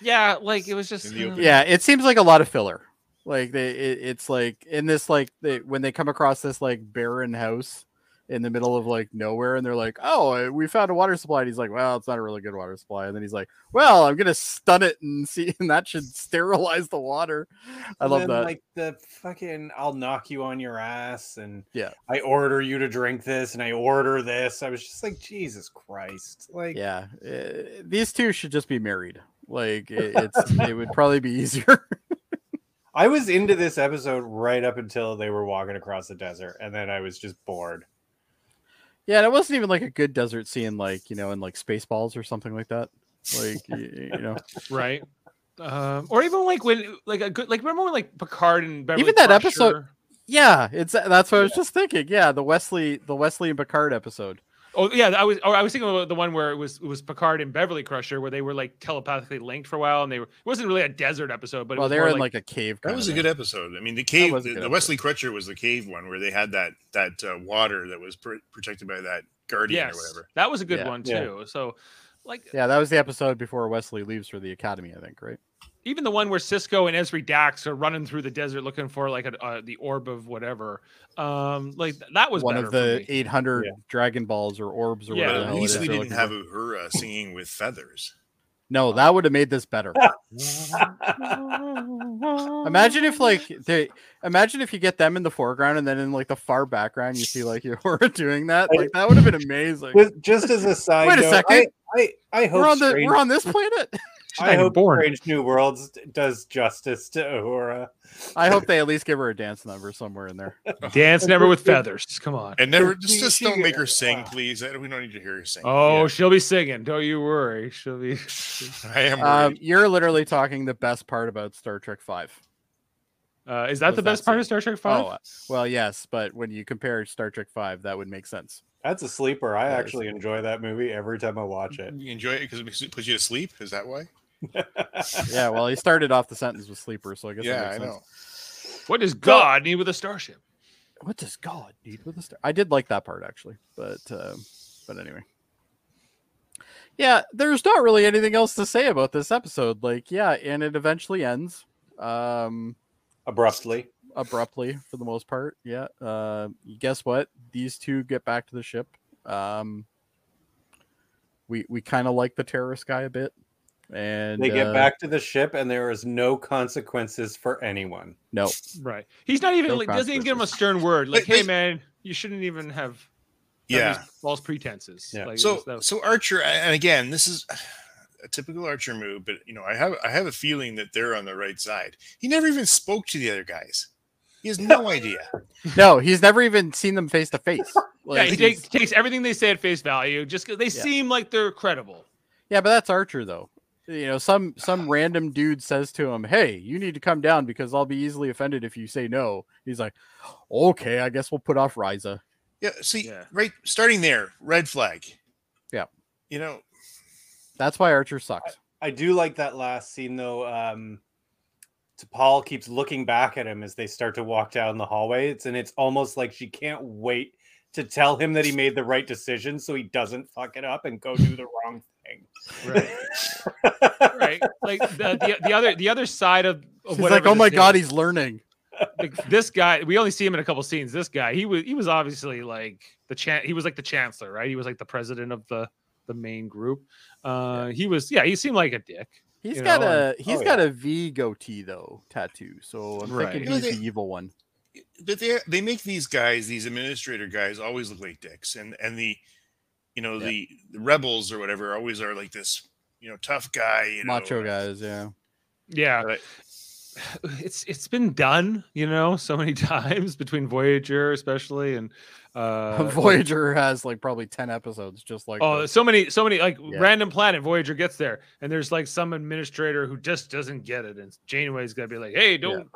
Speaker 2: Yeah, like it was just.
Speaker 3: In the open.
Speaker 1: Yeah, it seems like a lot of filler. Like they, it, it's like in this like they, when they come across this like barren house in the middle of like nowhere, and they're like, "Oh, uh, we found a water supply." And he's like, "Well, it's not a really good water supply." And then he's like, "Well, I'm gonna stun it and see, and that should sterilize the water." I
Speaker 4: and
Speaker 1: love
Speaker 4: then,
Speaker 1: that.
Speaker 4: Like the fucking, I'll knock you on your ass, and
Speaker 1: Yeah.
Speaker 4: I order you to drink this, and I order this. I was just like, Jesus Christ! Like,
Speaker 1: yeah, uh, these two should just be married. Like it, it's it would probably be easier.
Speaker 4: I was into this episode right up until they were walking across the desert, and then I was just bored.
Speaker 1: Yeah, and it wasn't even like a good desert scene, like you know, in like Spaceballs or something like that. Like y- y- you know,
Speaker 2: right? Um, or even like when like a good like remember when like Picard and Beverly
Speaker 1: Even that
Speaker 2: Crusher-
Speaker 1: episode- yeah, it's uh, that's what I was just thinking. Yeah, the Wesley, the Wesley and Picard episode.
Speaker 2: Oh yeah, I was. Or I was thinking about the one where it was it was Picard and Beverly Crusher where they were like telepathically linked for a while, and they were it wasn't really a desert episode, but it
Speaker 1: well,
Speaker 2: was
Speaker 1: they
Speaker 2: more
Speaker 1: were in
Speaker 2: like,
Speaker 1: like, a cave.
Speaker 3: That
Speaker 1: kinda
Speaker 3: was a
Speaker 1: thing.
Speaker 3: good episode. I mean, the cave,
Speaker 1: was a
Speaker 3: the,
Speaker 1: good
Speaker 3: the Wesley Crutcher was the cave one where they had that that uh, water that was pr- protected by that guardian
Speaker 2: yes,
Speaker 3: or whatever.
Speaker 2: that was a good
Speaker 1: Yeah.
Speaker 2: one too.
Speaker 4: Yeah.
Speaker 2: So like
Speaker 1: Yeah, that was the episode before Wesley leaves for the academy. I think, right?
Speaker 2: even the one where Cisco and Esri Dax are running through the desert looking for like a, uh, the orb of whatever. Um, like th- that was
Speaker 1: One
Speaker 2: better
Speaker 1: of
Speaker 2: for
Speaker 1: the
Speaker 2: me.
Speaker 1: eight hundred
Speaker 4: Yeah.
Speaker 1: Dragon Balls or orbs or
Speaker 2: Yeah.
Speaker 3: But
Speaker 1: whatever. the
Speaker 3: at
Speaker 1: hell it
Speaker 3: least
Speaker 1: is
Speaker 3: we
Speaker 1: they're
Speaker 3: didn't
Speaker 1: looking
Speaker 3: have
Speaker 1: for.
Speaker 3: Uhura singing with feathers.
Speaker 1: No, that would have made this better. Imagine if like they imagine if you get them in the foreground and then in like the far background you see like Yora doing that. Like that would have been amazing.
Speaker 4: Just, just as a side
Speaker 1: Wait a
Speaker 4: note,
Speaker 1: second.
Speaker 4: I, I, I hope
Speaker 1: We're on the
Speaker 4: Strange-
Speaker 1: we're on this planet.
Speaker 2: She's not
Speaker 4: I
Speaker 2: even
Speaker 4: hope
Speaker 2: born.
Speaker 4: Strange New Worlds d- does justice to Uhura.
Speaker 1: I hope they at least give her a dance number somewhere in there.
Speaker 2: Dance never with feathers. Come on.
Speaker 3: And never
Speaker 4: She-
Speaker 3: just, just
Speaker 4: she-
Speaker 3: don't make her sing,
Speaker 4: wow.
Speaker 3: please. I don't, we don't need to hear her sing.
Speaker 2: Oh,
Speaker 3: Yeah.
Speaker 2: she'll be singing. Don't you worry. She'll be.
Speaker 3: I am.
Speaker 1: Um,
Speaker 3: worried.
Speaker 1: you're literally talking the best part about Star Trek Five.
Speaker 2: Uh, is that
Speaker 1: Was that
Speaker 2: the best part of Star Trek Five?
Speaker 1: Oh, uh, well, yes, but when you compare Star Trek Five, that would make sense.
Speaker 4: That's a sleeper. I
Speaker 1: That is-
Speaker 4: actually enjoy that movie every time I watch it.
Speaker 3: you enjoy it because it puts you to sleep. Is that why?
Speaker 2: Mm-hmm.
Speaker 1: Yeah, well, he started off the sentence with sleeper, so I guess.
Speaker 3: Yeah,
Speaker 1: that
Speaker 3: I
Speaker 1: makes
Speaker 3: know.
Speaker 1: Sense.
Speaker 2: What does God need with a starship?
Speaker 1: What does God need with a star? I did like that part actually, but um, but anyway. Yeah, there's not really anything else to say about this episode. Like, yeah, and it eventually ends. Um,
Speaker 4: Abruptly.
Speaker 1: abruptly for the most part. Yeah. Uh, guess what? These two get back to the ship. Um, we we kind of like the terrorist guy a bit, and
Speaker 4: They get
Speaker 1: uh,
Speaker 4: back to the ship and there is no consequences for anyone.
Speaker 1: No,
Speaker 2: Right. He's not even
Speaker 1: No
Speaker 2: like doesn't even give him a stern word. Like,
Speaker 3: Wait,
Speaker 2: hey
Speaker 3: wait.
Speaker 2: man, you shouldn't even have have
Speaker 3: Yeah.
Speaker 2: these false pretenses.
Speaker 4: Yeah.
Speaker 2: Like, it
Speaker 3: so
Speaker 2: was- that was-
Speaker 3: so Archer, and again, this is a typical Archer move, but you know, I have I have a feeling that they're on the right side. He never even spoke to the other guys. He has no idea.
Speaker 1: no, he's never even seen them face to face.
Speaker 2: yeah,
Speaker 1: Like,
Speaker 2: he
Speaker 1: he's-
Speaker 2: takes, takes everything they say at face value. Just 'cause they seem like they're credible.
Speaker 1: yeah, but that's Archer though. You know, some some random dude says to him, "Hey, you need to come down because I'll be easily offended if you say no." He's like, "Okay, I guess we'll put off Riza."
Speaker 3: Yeah, see,
Speaker 2: Yeah.
Speaker 3: right, starting there, red flag.
Speaker 1: Yeah.
Speaker 3: you know,
Speaker 1: That's why Archer sucks.
Speaker 2: Uh,
Speaker 4: I do like that last scene though. Um Paul keeps looking back at him as they start to walk down the hallways, and it's almost like she can't wait to tell him that he made the right decision so he doesn't fuck it up and go do the wrong thing.
Speaker 2: Right. right. Like the, the the other the other side of, of
Speaker 1: He's
Speaker 2: whatever
Speaker 1: like, "Oh
Speaker 2: this
Speaker 1: my god,
Speaker 2: is."
Speaker 1: he's learning."
Speaker 2: like, this guy we only see him in a couple scenes this guy he was he was obviously like the chan he was like the chancellor right he was like the president of the the main group uh he was yeah he seemed like a dick
Speaker 1: He's
Speaker 2: you
Speaker 1: got
Speaker 2: know, oh,
Speaker 1: a he's got a V goatee though tattoo, so I'm
Speaker 2: Right.
Speaker 1: thinking
Speaker 3: You know,
Speaker 1: he's
Speaker 3: they-
Speaker 1: the evil one.
Speaker 3: but they they make these guys, these administrator guys, always look like dicks, and and the you know the, the rebels or whatever always are like this you know tough guy you
Speaker 1: macho
Speaker 3: know,
Speaker 1: guys. Yeah,
Speaker 2: Yeah.
Speaker 3: Right.
Speaker 2: It's it's been done, you know, so many times between Voyager, especially, and uh,
Speaker 1: Voyager has like probably ten episodes, just like
Speaker 2: Oh,
Speaker 1: this.
Speaker 2: so many, so many like
Speaker 1: Yeah.
Speaker 2: random planet Voyager gets there, and there's like some administrator who just doesn't get it, and Janeway's gotta be like, "Hey, don't,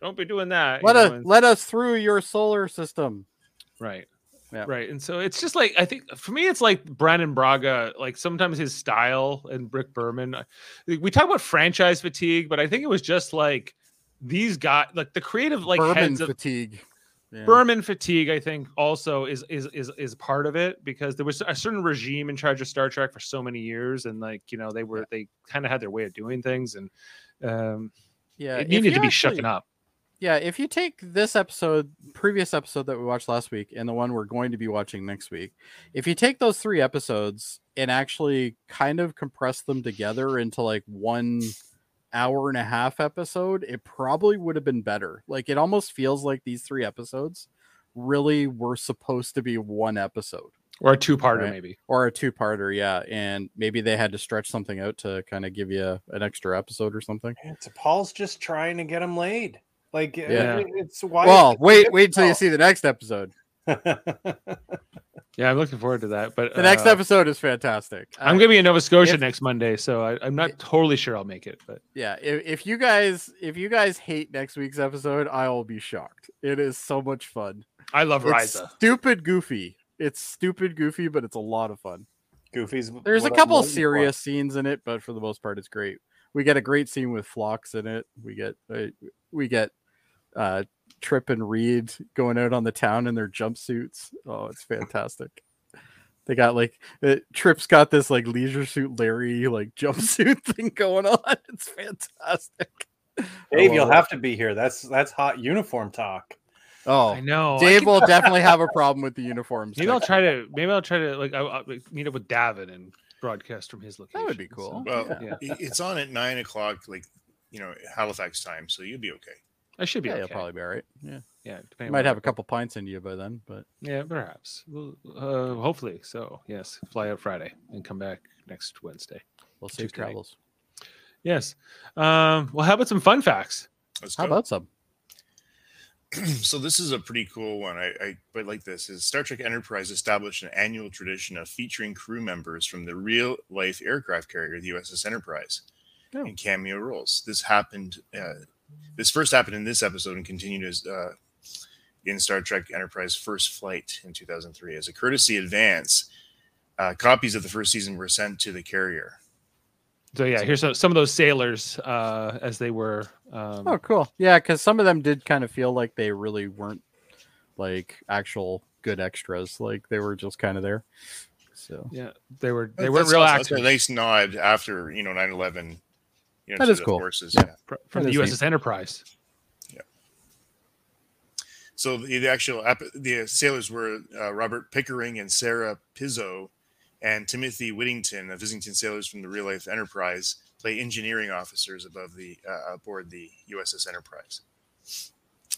Speaker 2: don't be doing that." you
Speaker 1: let
Speaker 2: know,
Speaker 1: us
Speaker 2: and-
Speaker 1: let us through your solar system.
Speaker 2: right,
Speaker 1: Yeah.
Speaker 2: right, and so it's just like I think for me, it's like Brandon Braga, like sometimes his style and Brick Berman. I- We talk about franchise fatigue, but I think it was just like these guys, like the creative, like
Speaker 1: Bourbon
Speaker 2: heads of
Speaker 1: fatigue. Yeah.
Speaker 2: Berman fatigue, I think, also is is is is part of it because there was a certain regime in charge of Star Trek for so many years, and like you know they were they kind of had their way of doing things, and um,
Speaker 1: Yeah,
Speaker 2: it
Speaker 1: if
Speaker 2: needed
Speaker 1: you
Speaker 2: to be
Speaker 1: actually-
Speaker 2: shooken up.
Speaker 1: Yeah, if you take this episode, previous episode that we watched last week, and the one we're going to be watching next week, if you take those three episodes and actually kind of compress them together into like one hour and a half episode, it probably would have been better. Like it almost feels like these three episodes really were supposed to be one episode
Speaker 2: Or a two-parter,
Speaker 1: Right.
Speaker 2: maybe.
Speaker 1: or a two-parter, yeah, and maybe they had to stretch something out to kind of give you an extra episode or something.
Speaker 4: And so Paul's just trying to get him laid. Like, uh,
Speaker 2: Yeah.
Speaker 4: it- it's why.
Speaker 1: well, wait, wait till you see the next episode.
Speaker 2: Yeah, I'm looking forward to that. But
Speaker 1: The next
Speaker 2: uh,
Speaker 1: episode is fantastic.
Speaker 2: I'm
Speaker 1: Uh,
Speaker 2: gonna be in Nova Scotia
Speaker 1: if-
Speaker 2: next Monday, so I, I'm not totally sure I'll make it. But
Speaker 1: yeah. If, if you guys if you guys hate next week's episode, I will be shocked. It is so much fun.
Speaker 2: I love
Speaker 1: It's
Speaker 2: Riza.
Speaker 1: stupid goofy. It's stupid goofy, but it's a lot of fun.
Speaker 4: Goofy's.
Speaker 1: There's
Speaker 4: what
Speaker 1: a
Speaker 4: I'm
Speaker 1: couple
Speaker 4: waiting for.
Speaker 1: serious scenes in it, but for the most part, it's great. We get a great scene with Flocks in it. We get uh, we get uh, Trip and Reed going out on the town in their jumpsuits. Oh, it's fantastic. They got like uh, Trip's got this like leisure suit Larry like jumpsuit thing going on. It's fantastic. I
Speaker 4: Dave, you'll
Speaker 1: love it.
Speaker 4: have to be here. That's that's hot uniform talk.
Speaker 2: I
Speaker 1: oh
Speaker 2: know. I
Speaker 1: Dave
Speaker 2: could-
Speaker 1: will definitely have a problem with the uniforms.
Speaker 2: maybe I'll
Speaker 1: next
Speaker 2: try to. Maybe I'll try to like I, I'll meet up with David and broadcast from his location.
Speaker 1: That would be
Speaker 2: so-
Speaker 1: cool.
Speaker 3: Well,
Speaker 1: Yeah.
Speaker 2: Yeah.
Speaker 3: it- it's on at nine o'clock, like you know Halifax time, so you'll be okay.
Speaker 2: I should be
Speaker 1: Yeah,
Speaker 2: okay.
Speaker 1: you'll probably be all right. Yeah,
Speaker 2: Yeah,
Speaker 1: you
Speaker 2: depending
Speaker 1: might
Speaker 2: on-
Speaker 1: have a couple pints into you by then, but
Speaker 2: Yeah, perhaps. Well, uh, hopefully. So, yes, fly out Friday and come back next Wednesday.
Speaker 1: we'll save
Speaker 2: Tuesday.
Speaker 1: travels.
Speaker 2: Yes. Um, well, how about some fun facts?
Speaker 3: Let's
Speaker 1: How
Speaker 3: go.
Speaker 1: about some?
Speaker 3: so this is a pretty cool one. I, I quite like this. Is Star Trek Enterprise established an annual tradition of featuring crew members from the real life aircraft carrier, the USS Enterprise,
Speaker 1: Oh.
Speaker 3: in cameo roles. This happened. Uh, this first happened in this episode and continued as uh, in Star Trek Enterprise First Flight in 2003 as a courtesy advance. Uh, copies of the first season were sent to the carrier.
Speaker 2: So, yeah, here's some, some of those sailors uh, as they were. Um,
Speaker 1: Oh, cool. Yeah, because some of them did kind of feel like they really weren't like actual good extras. Like they were just kind of there. So
Speaker 2: Yeah, they were they
Speaker 3: That-
Speaker 2: weren't
Speaker 3: that's
Speaker 2: real
Speaker 3: awesome. That's
Speaker 2: actors
Speaker 3: a nice nod after you know 9/11. You know,
Speaker 1: That
Speaker 3: to
Speaker 1: is
Speaker 3: the
Speaker 1: cool.
Speaker 3: Forces.
Speaker 1: Yeah.
Speaker 3: yeah.
Speaker 2: fr- from
Speaker 1: That
Speaker 2: the
Speaker 1: is
Speaker 2: USS Enterprise.
Speaker 3: So the, the actual ep- the sailors were uh, Robert Pickering and Sarah Pizzo, and Timothy Whittington, of Islington sailors from the real life Enterprise, play engineering officers above the uh, aboard the USS Enterprise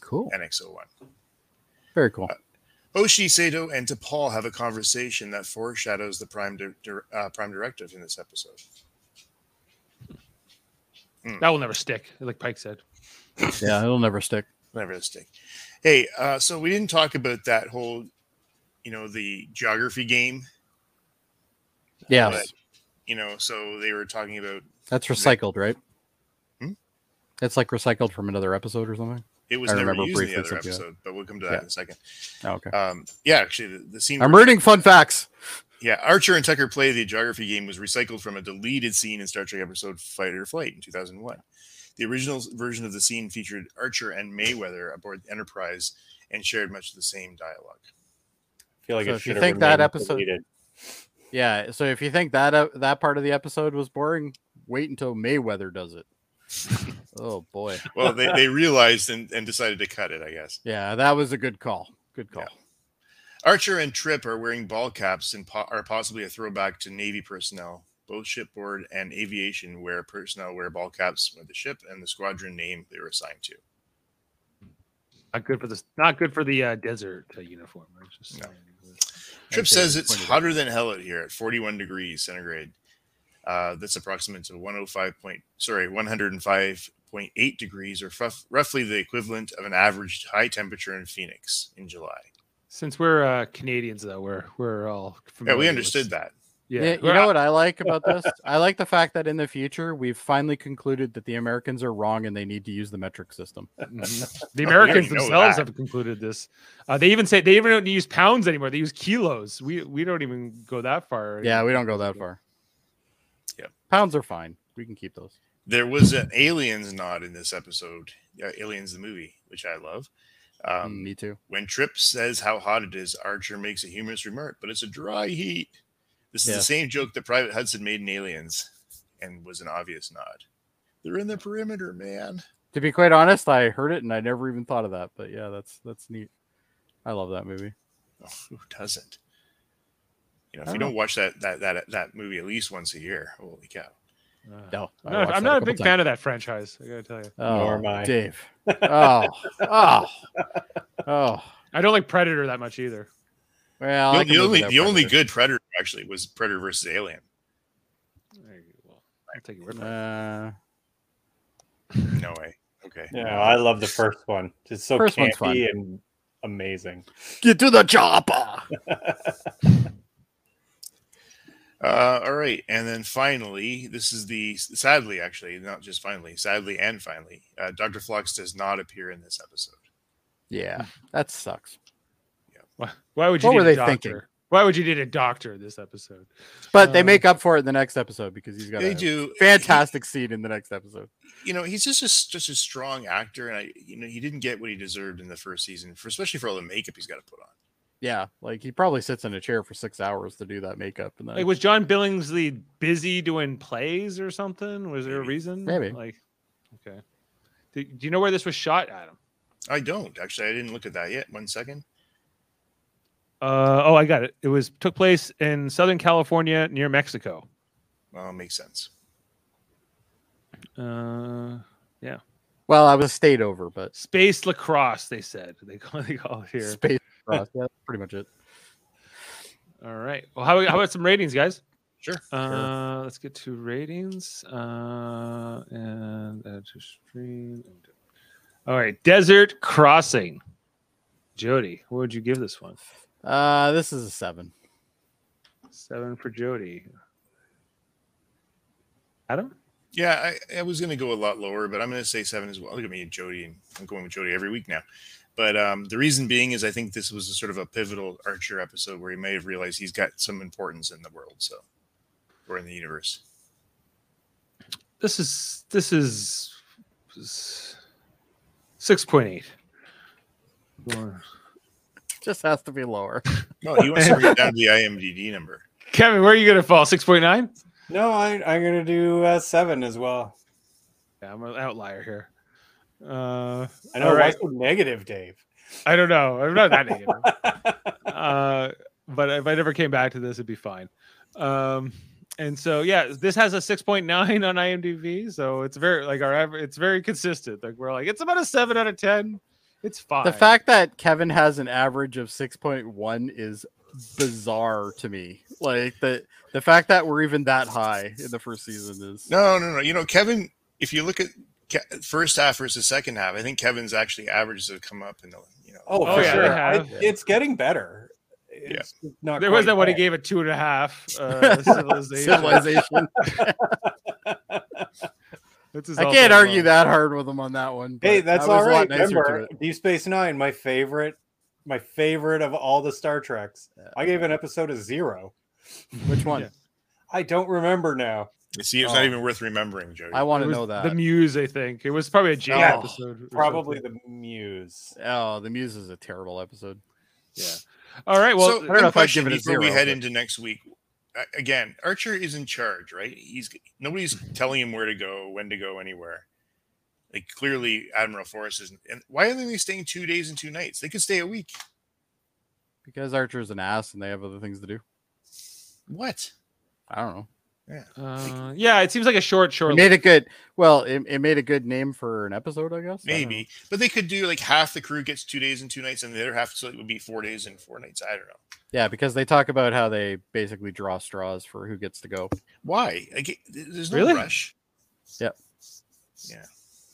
Speaker 1: cool.
Speaker 3: NX-01.
Speaker 1: Very cool.
Speaker 3: Oshi Sato and DePaul have a conversation that foreshadows the prime di- dir- uh, prime directive in this episode.
Speaker 2: That will never stick, like Pike said.
Speaker 1: Yeah, it'll never stick.
Speaker 3: Never a stick. Hey, uh, so we didn't talk about that whole, you know, the geography game.
Speaker 1: Yes.
Speaker 3: But- You know, so they were talking about
Speaker 1: That's recycled, right?
Speaker 3: Hmm?
Speaker 1: It's like recycled from another episode or something.
Speaker 3: It was
Speaker 1: I
Speaker 3: never
Speaker 1: remember
Speaker 3: used in the
Speaker 1: briefly
Speaker 3: other
Speaker 1: something like that.
Speaker 3: episode, but we'll come to that
Speaker 1: Yeah.
Speaker 3: in a second.
Speaker 1: Oh, okay.
Speaker 3: Um, yeah, actually, the, the scene.
Speaker 1: I'm
Speaker 3: where-
Speaker 1: reading fun facts.
Speaker 3: Yeah, Archer and Tucker play the geography game was recycled from a deleted scene in Star Trek episode Fight or Flight in 2001. The original version of the scene featured Archer and Mayweather aboard the Enterprise and shared much of the same dialogue.
Speaker 4: I feel like
Speaker 1: So
Speaker 4: it
Speaker 1: if you
Speaker 4: should have
Speaker 1: think that
Speaker 4: remained
Speaker 1: episode-
Speaker 4: deleted.
Speaker 1: Yeah. So if you think that uh, that part of the episode was boring, wait until Mayweather does it. oh boy.
Speaker 3: Well, they, they realized and, and decided to cut it, I guess.
Speaker 1: Yeah, that was a good call. Good call.
Speaker 3: Yeah. Archer and Trip are wearing ball caps and po- are possibly a throwback to Navy personnel. Both shipboard and aviation wear personnel wear ball caps with the ship and the squadron name they were assigned to.
Speaker 2: Not good for the not good for the uh, desert uh, uniform. I was just
Speaker 3: No.
Speaker 2: saying.
Speaker 3: Trip
Speaker 1: Okay,
Speaker 3: says it's
Speaker 1: pointed out.
Speaker 3: hotter than hell out here at 41 degrees centigrade. Uh, that's approximate to 105 point, sorry, 105.8 degrees, or rough, roughly the equivalent of an average high temperature in Phoenix in July.
Speaker 2: Since we're uh, Canadians, though, we're we're all
Speaker 3: Yeah, we
Speaker 2: familiar with-
Speaker 3: understood that.
Speaker 2: Yeah,
Speaker 1: Yeah, you
Speaker 2: we're-
Speaker 1: know what I like about this? I like the fact that in the future we've finally concluded that the Americans are wrong and they need to use the metric system.
Speaker 2: Mhm.
Speaker 3: We
Speaker 2: The
Speaker 3: Oh, already
Speaker 2: Americans
Speaker 3: know
Speaker 2: themselves
Speaker 3: that.
Speaker 2: have concluded this. Uh, they even say they even don't use pounds anymore. They use kilos. We we don't even go that far.
Speaker 1: Yeah, we don't go that far.
Speaker 3: Yep.
Speaker 1: Pounds are fine. We can keep those.
Speaker 3: There was an aliens nod in this episode, uh, Aliens the movie, which I love. Um,
Speaker 1: Hmm, Me too.
Speaker 3: When Tripp says how hot it is, Archer makes a humorous remark, but it's a dry heat. This is
Speaker 1: Yeah.
Speaker 3: the same joke that Private Hudson made in Aliens and was an obvious nod. They're in the perimeter, man.
Speaker 1: To be quite honest, I heard it and I never even thought of that. But yeah, that's that's neat. I love that movie.
Speaker 3: Oh, who doesn't? You know, if
Speaker 1: I
Speaker 3: you
Speaker 1: don't
Speaker 3: don't watch that that that that movie at least once a year, holy cow!
Speaker 2: Uh,
Speaker 1: No, Oh, I
Speaker 2: I'm not,
Speaker 1: watched
Speaker 2: I'm
Speaker 1: that
Speaker 2: not a
Speaker 1: couple
Speaker 2: big
Speaker 1: times.
Speaker 2: fan of that franchise. I gotta tell you,
Speaker 1: Oh,
Speaker 4: Nor am I.
Speaker 1: Dave. Oh, oh, oh.
Speaker 2: I don't like Predator that much either.
Speaker 1: Well,
Speaker 3: The-
Speaker 1: Oh,
Speaker 3: the,
Speaker 1: I can live
Speaker 3: only
Speaker 1: without
Speaker 3: the only
Speaker 1: Predator.
Speaker 3: good Predator actually was Predator versus Alien.
Speaker 2: There you go. Well, I'll take your word for it.
Speaker 1: Uh,
Speaker 3: No way. Okay.
Speaker 4: Yeah, I love the first one. It's so
Speaker 1: First one's fun.
Speaker 4: campy and amazing.
Speaker 1: get to the chopper.
Speaker 3: Uh, all right, and then finally, this is the sadly actually not just finally, sadly and finally, uh, Doctor Flux does not appear in this episode.
Speaker 1: Yeah, that sucks.
Speaker 2: Why, why would you?
Speaker 1: What
Speaker 2: need
Speaker 1: were
Speaker 2: a
Speaker 1: they
Speaker 2: doctor?
Speaker 1: thinking?
Speaker 2: Why would you need a doctor this episode?
Speaker 1: But they
Speaker 2: Um,
Speaker 1: make up for it in the next episode because he's got
Speaker 3: They
Speaker 1: a
Speaker 3: do
Speaker 1: fantastic scene in the next episode.
Speaker 3: you know he's just a, s- just a strong actor, and I you know he didn't get what he deserved in the first season, for especially for all the makeup he's got to put on.
Speaker 1: Yeah, like he probably sits in a chair for six hours to do that makeup, and then
Speaker 2: Like, was John Billingsley busy doing plays or something? Was there a
Speaker 3: Maybe.
Speaker 2: reason?
Speaker 1: Maybe.
Speaker 2: Like, okay. Do, do you know where this was shot, Adam?
Speaker 3: I don't actually. I didn't look at that yet. One second.
Speaker 2: Uh, oh, I got it. It was took place in Southern California near Mexico.
Speaker 3: Well, makes sense.
Speaker 2: Uh,
Speaker 1: well, I was stayed over, but
Speaker 2: space lacrosse, they said. They call, they call it here.
Speaker 1: space. Cross, yeah, that's pretty much it.
Speaker 2: All right. Well, how, how about some ratings, guys?
Speaker 3: Sure.
Speaker 2: Uh, let's get to ratings. Uh, and add to stream. All right, Desert Crossing. Jody, what would you give this one?
Speaker 1: Uh, this is a seven.
Speaker 2: Seven for Jody. Adam?
Speaker 3: Yeah, I, I was going to go a lot lower, but I'm going to say seven as well. Look at me, Jody. I'm going with Jody every week now. But um, the reason being is I think this was a sort of a pivotal Archer episode where he may have realized he's got some importance in the world, so or in the universe.
Speaker 2: This is this is six point eight.
Speaker 1: Just has to be lower.
Speaker 3: No, Oh, he wants to bring it down to the IMDb number.
Speaker 2: Kevin, where are you gonna fall? Six point nine?
Speaker 4: No, I, I'm gonna do uh, seven as well.
Speaker 2: Yeah, I'm an outlier here. Uh,
Speaker 4: I know
Speaker 2: All
Speaker 4: why
Speaker 2: right.
Speaker 4: so negative, Dave.
Speaker 2: I don't know. I'm not that negative. Uh, but if I never came back to this, it'd be fine. Um, and so yeah, this has a 6.9 on IMDb, so it's very like our aver- it's very consistent. Like we're like it's about a seven out of ten. It's fine.
Speaker 1: The fact that Kevin has an average of 6.1 is bizarre to me. Like the the fact that we're even that high in the first season is
Speaker 3: No, no, no. You know, Kevin, if you look at Ke- first half versus second half, I think Kevin's actually averages have come up in the you know.
Speaker 4: Oh,
Speaker 2: Oh,
Speaker 4: for
Speaker 2: yeah, they
Speaker 4: sure. I-
Speaker 2: have.
Speaker 4: it's getting better. It's not
Speaker 2: there was
Speaker 4: quite
Speaker 2: that one he
Speaker 4: bad.
Speaker 2: gave a two and a half. Uh, civilization.
Speaker 1: civilization.
Speaker 2: This is
Speaker 1: I
Speaker 2: all
Speaker 1: can't
Speaker 2: time
Speaker 1: argue
Speaker 2: low.
Speaker 1: that hard with him on that one.
Speaker 4: Hey,
Speaker 1: but
Speaker 4: that's
Speaker 1: I was
Speaker 4: all
Speaker 1: a lot
Speaker 4: right.
Speaker 1: nicer to
Speaker 4: Remember,
Speaker 1: it.
Speaker 4: Deep Space Nine, my favorite, my favorite of all the Star Treks. I gave an episode a zero.
Speaker 1: Which one?
Speaker 2: Yeah.
Speaker 4: I don't remember now.
Speaker 3: See, it's not
Speaker 1: Oh.
Speaker 3: even worth remembering, Jody.
Speaker 1: I want
Speaker 2: It
Speaker 1: to
Speaker 2: was
Speaker 1: know that.
Speaker 2: The Muse, I think. It was probably a J
Speaker 3: Oh,
Speaker 1: Yeah,
Speaker 2: episode. or
Speaker 4: Probably
Speaker 2: something.
Speaker 4: the Muse.
Speaker 1: oh, the Muse is a terrible episode.
Speaker 2: Yeah. All right. Well,
Speaker 3: so,
Speaker 1: know
Speaker 3: one
Speaker 1: if I'd
Speaker 3: question
Speaker 1: give it a
Speaker 3: before we
Speaker 1: zero,
Speaker 3: head
Speaker 1: but-
Speaker 3: into next week. Uh, Again, Archer is in charge, right? He's nobody's
Speaker 1: Mm-hmm.
Speaker 3: telling him where to go, when to go, anywhere. Like clearly, Admiral Forrest isn't. And why are they staying two days and two nights? They could stay a week.
Speaker 1: Because Archer's an ass and they have other things to do.
Speaker 3: What?
Speaker 1: I don't know.
Speaker 2: Uh, yeah, it seems like a short, short.
Speaker 1: It made a good. Well, it, it made a good name for an episode, I guess. I don't
Speaker 3: Maybe, but they could do like half the crew gets two days and two nights, and the other half so it would be four days and four nights. I don't know
Speaker 1: know. Yeah, because they talk about how they basically draw straws for who gets to go.
Speaker 3: why. I get, there's no
Speaker 2: Really?
Speaker 3: rush.
Speaker 1: Yep.
Speaker 3: Yeah,
Speaker 1: yeah,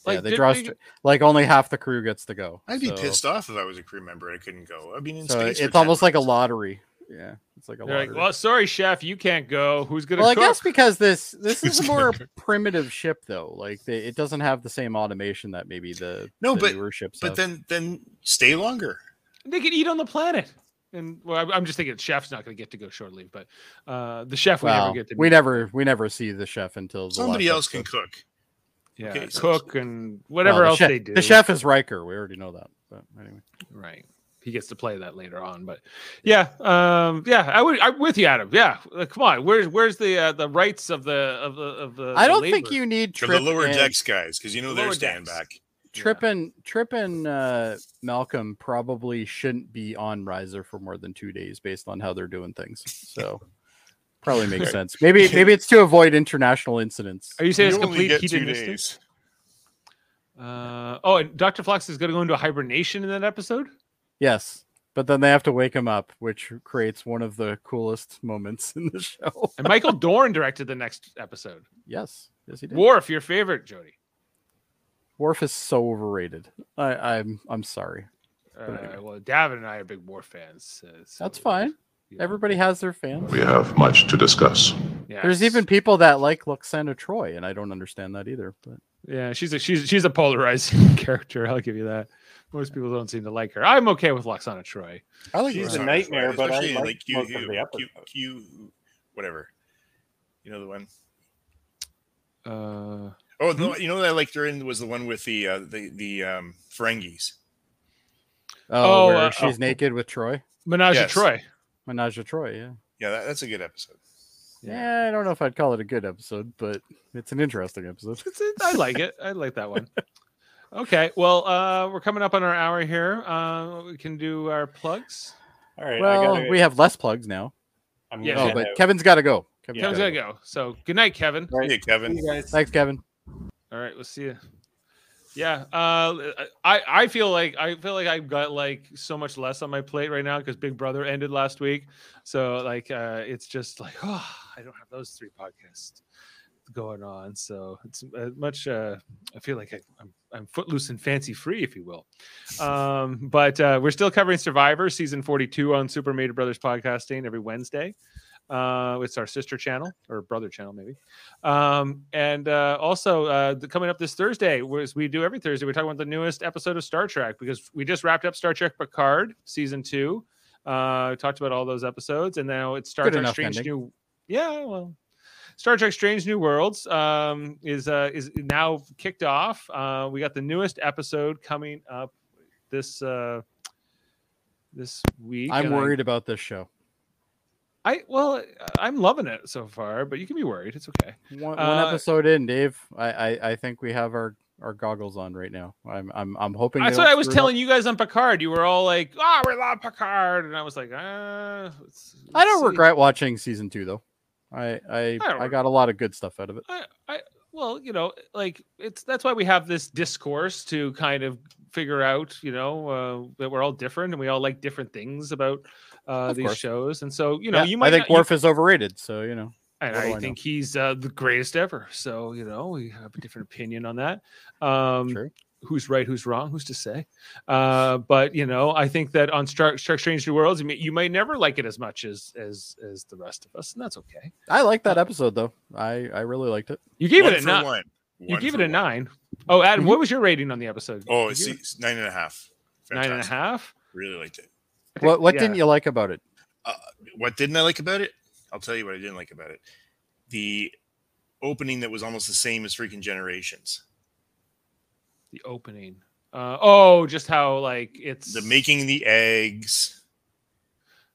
Speaker 2: Like,
Speaker 1: they
Speaker 2: did
Speaker 1: draw
Speaker 2: they-
Speaker 1: str- like only half the crew gets to go.
Speaker 3: I'd be
Speaker 1: so-
Speaker 3: pissed off if I was a crew member. and I couldn't go. I've been in
Speaker 1: So
Speaker 3: space. for 10
Speaker 1: it's almost like a
Speaker 3: minutes.
Speaker 1: lottery. Yeah, it's like a
Speaker 2: They're
Speaker 1: lottery.
Speaker 2: like, well, sorry, chef, you can't go. Who's gonna
Speaker 1: well, I
Speaker 2: cook?
Speaker 1: guess because this this
Speaker 3: Who's
Speaker 1: is a
Speaker 3: gonna
Speaker 1: more
Speaker 3: cook?
Speaker 1: primitive ship though. Like they, it doesn't have the same automation that maybe the
Speaker 3: No,
Speaker 1: the
Speaker 3: but-
Speaker 1: newer ships
Speaker 3: But
Speaker 1: have.
Speaker 3: then, then stay longer.
Speaker 2: they could eat on the planet. And well, I'm- I'm just thinking, chef's not gonna get to go short leave, but uh, the chef we
Speaker 1: well,
Speaker 2: never get to.
Speaker 1: we
Speaker 2: meet.
Speaker 1: never we never see the chef until the
Speaker 3: Somebody
Speaker 1: last
Speaker 3: else can
Speaker 1: episode.
Speaker 3: cook.
Speaker 2: yeah,
Speaker 3: okay, so-
Speaker 2: cook and
Speaker 1: Well,
Speaker 2: whatever
Speaker 1: the
Speaker 2: else
Speaker 1: chef-
Speaker 2: they do.
Speaker 1: The chef is Riker. We already know that. But anyway,
Speaker 2: right? He gets to play that later on. But yeah, um, yeah, I would. I'm with you, Adam. Yeah, like, come on. Where's where's the uh, the rights of the of the of the?
Speaker 1: I
Speaker 2: the
Speaker 1: don't think
Speaker 2: labor?
Speaker 1: you need
Speaker 3: For
Speaker 1: trip
Speaker 3: the lower
Speaker 1: and,
Speaker 3: decks guys, because you know they're
Speaker 2: Lower
Speaker 3: staying
Speaker 2: decks.
Speaker 3: back.
Speaker 1: Trip and Trip and uh, Malcolm probably shouldn't be on Riser for more than two days, based on how they're doing things. So probably makes sense. Maybe maybe it's to avoid international incidents.
Speaker 2: Are you saying
Speaker 3: You
Speaker 2: it's
Speaker 3: only
Speaker 2: complete
Speaker 3: get
Speaker 2: heated
Speaker 3: two
Speaker 2: mystic?
Speaker 3: days.
Speaker 2: Uh, oh, and Doctor Flux is going to go into a hibernation in that episode.
Speaker 1: Yes, but then they have to wake him up, which creates one of the coolest moments in the show.
Speaker 2: And Michael Dorn directed the next episode.
Speaker 1: Yes, yes, he did.
Speaker 2: Worf, your favorite, Jody.
Speaker 1: Worf is so overrated. I, I'm I'm sorry.
Speaker 2: Uh, well, Davin and I are big Worf fans. Uh, so,
Speaker 1: That's fine.
Speaker 2: yeah.
Speaker 1: Everybody has their fans.
Speaker 6: We have much to discuss.
Speaker 1: There's
Speaker 2: Yes.
Speaker 1: even people that like Luxana Troy, and I don't understand that either. But
Speaker 2: yeah, she's a she's she's a polarizing character. I'll give you that. Most people don't seem to like her. I'm okay with Loxana Troy.
Speaker 4: I like
Speaker 3: She's
Speaker 4: she's
Speaker 3: not
Speaker 4: a
Speaker 3: as
Speaker 4: nightmare,
Speaker 3: bad,
Speaker 4: but I
Speaker 3: especially in,
Speaker 4: like
Speaker 3: Q-
Speaker 4: most
Speaker 3: Q-
Speaker 4: of the
Speaker 3: Q-
Speaker 4: episodes.
Speaker 3: Q- whatever. You know the one.
Speaker 2: Uh,
Speaker 3: Oh, no, you know what I liked her in was the one with the uh, the the um, Ferengis.
Speaker 1: oh,
Speaker 2: Oh,
Speaker 1: where
Speaker 2: uh,
Speaker 1: she's
Speaker 2: oh.
Speaker 1: naked with Troy,
Speaker 2: Menage
Speaker 3: Yes.
Speaker 2: a Troy.
Speaker 1: Menage a Troy. Yeah.
Speaker 3: Yeah, that, that's a good episode.
Speaker 1: yeah, I don't know if I'd call it a good episode, but it's an interesting episode.
Speaker 2: It's, it's, I like it. I like that one. Okay, well, uh, we're coming up on our hour here. Uh, we can do our plugs.
Speaker 4: All right, I
Speaker 1: well,
Speaker 4: gotta,
Speaker 1: we have less plugs now.
Speaker 4: I'm
Speaker 2: Yeah,
Speaker 4: yeah,
Speaker 1: Oh,
Speaker 4: gonna
Speaker 1: but
Speaker 4: head out.
Speaker 1: Kevin's got to go. Kevin's
Speaker 2: Kevin's
Speaker 1: gotta
Speaker 2: gonna go. So good night, Kevin.
Speaker 4: Right.
Speaker 3: Yeah, Kevin.
Speaker 4: See you guys.
Speaker 1: Thanks, Kevin.
Speaker 2: All right, we'll see you. Yeah, uh, I I feel like I feel like I've got like so much less on my plate right now because Big Brother ended last week, so like uh, it's just like oh I don't have those three podcasts going on, so it's uh, much. Uh, I feel like I, I'm I'm footloose and fancy free, if you will. Um, but uh, we're still covering Survivor season 42 on Super Mater Brothers podcasting every Wednesday. Uh, it's our sister channel or brother channel maybe. Um, and uh, also, uh, the, coming up this Thursday, was we do every Thursday, we're talking about the newest episode of Star Trek because we just wrapped up Star Trek Picard season two. Uh, talked about all those episodes, and now it's Star
Speaker 1: Good
Speaker 2: Trek
Speaker 1: enough
Speaker 2: Strange
Speaker 1: ending.
Speaker 2: New. Yeah, well, Star Trek Strange New Worlds um, is uh, is now kicked off. Uh, we got the newest episode coming up this uh, this week.
Speaker 1: I'm
Speaker 2: and I-
Speaker 1: worried about this show.
Speaker 2: I well, I'm loving it so far, but you can be worried. It's okay.
Speaker 1: One,
Speaker 2: Uh,
Speaker 1: one episode in, Dave. I, I I think we have our our goggles on right now. I'm I'm I'm hoping.
Speaker 2: That's what I was telling you guys on Picard. You were all like, "Ah, we love Picard," and I was like, "Ah." let's-
Speaker 1: I don't
Speaker 2: let's see."
Speaker 1: regret watching season two though. I I
Speaker 2: don't
Speaker 1: I got a lot of good stuff out of it.
Speaker 2: I, I, well, you know, like it's that's why we have this discourse to kind of figure out, you know, uh, that we're all different and we all like different things about uh,
Speaker 1: Of
Speaker 2: these
Speaker 1: course.
Speaker 2: shows. And so, you know,
Speaker 1: Yeah,
Speaker 2: you might
Speaker 1: I think
Speaker 2: not, you-
Speaker 1: Worf is overrated, so you know.
Speaker 2: and
Speaker 1: What do I
Speaker 2: I
Speaker 1: know?
Speaker 2: think he's uh, the greatest ever. So you know, we have a different opinion on that. Um,
Speaker 1: True.
Speaker 2: Who's right? Who's wrong? Who's to say? Uh, but you know, I think that on Star, Star Strange New Worlds, you may, you may never like it as much as as as the rest of us, and that's okay.
Speaker 1: I like
Speaker 2: Uh,
Speaker 1: that episode though. I I really liked it.
Speaker 2: You gave
Speaker 3: One
Speaker 2: it a
Speaker 3: for
Speaker 2: nine.
Speaker 3: One.
Speaker 2: You
Speaker 3: One
Speaker 2: gave
Speaker 3: for
Speaker 2: it a
Speaker 3: one. Mm-hmm.
Speaker 2: nine. Oh, Adam,
Speaker 1: Mhm.
Speaker 2: what was your rating on the episode?
Speaker 3: Oh,
Speaker 2: You
Speaker 3: it's,
Speaker 2: gave
Speaker 3: it's nine and a half.
Speaker 2: it nine and a
Speaker 3: Fantastic.
Speaker 2: half.
Speaker 3: Really liked it.
Speaker 2: I think-
Speaker 1: What what
Speaker 2: yeah.
Speaker 1: didn't you like about it?
Speaker 3: What didn't I like about it? I'll tell you what I didn't like about it. The opening that was almost the same as freaking Generations.
Speaker 2: The opening. Uh, oh, just how like it's
Speaker 3: The making the eggs.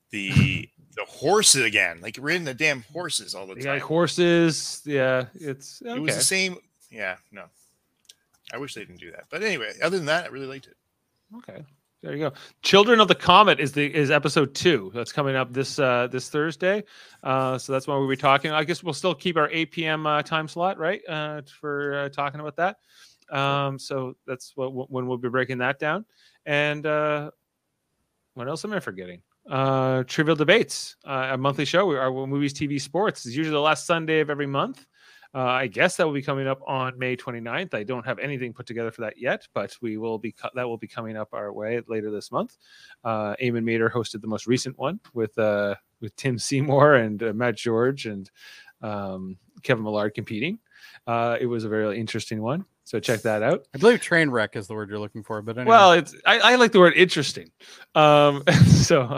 Speaker 3: The the horses again. Like we're in the damn horses all the
Speaker 2: they
Speaker 3: time.
Speaker 2: got, like horses. Yeah, it's okay.
Speaker 3: It was the same. Yeah, no. I wish they didn't do that. But anyway, other than that, I really liked it.
Speaker 2: Okay. There you go. Children of the Comet is the is episode two. That's coming up this uh this Thursday. Uh so that's why we'll be talking. I guess we'll still keep our 8 p.m. Uh, time slot, right? Uh for uh, talking about that. Um so that's what when we'll be breaking that down. And uh what else am I forgetting? Uh Trivial Debates, uh, a monthly show. We are movies, TV, sports. It's usually the last Sunday of every month. Uh, I guess that will be coming up on May 29th. I don't have anything put together for that yet, but we will be co- that will be coming up our way later this month. Uh, Eamon Mater hosted the most recent one with uh, with Tim Seymour and uh, Matt George and um, Kevin Millard competing. Uh, it was a very interesting one, so check that out.
Speaker 1: I believe train wreck is the word you're looking for, but anyway.
Speaker 2: Well, it's I, I like the word interesting, um, so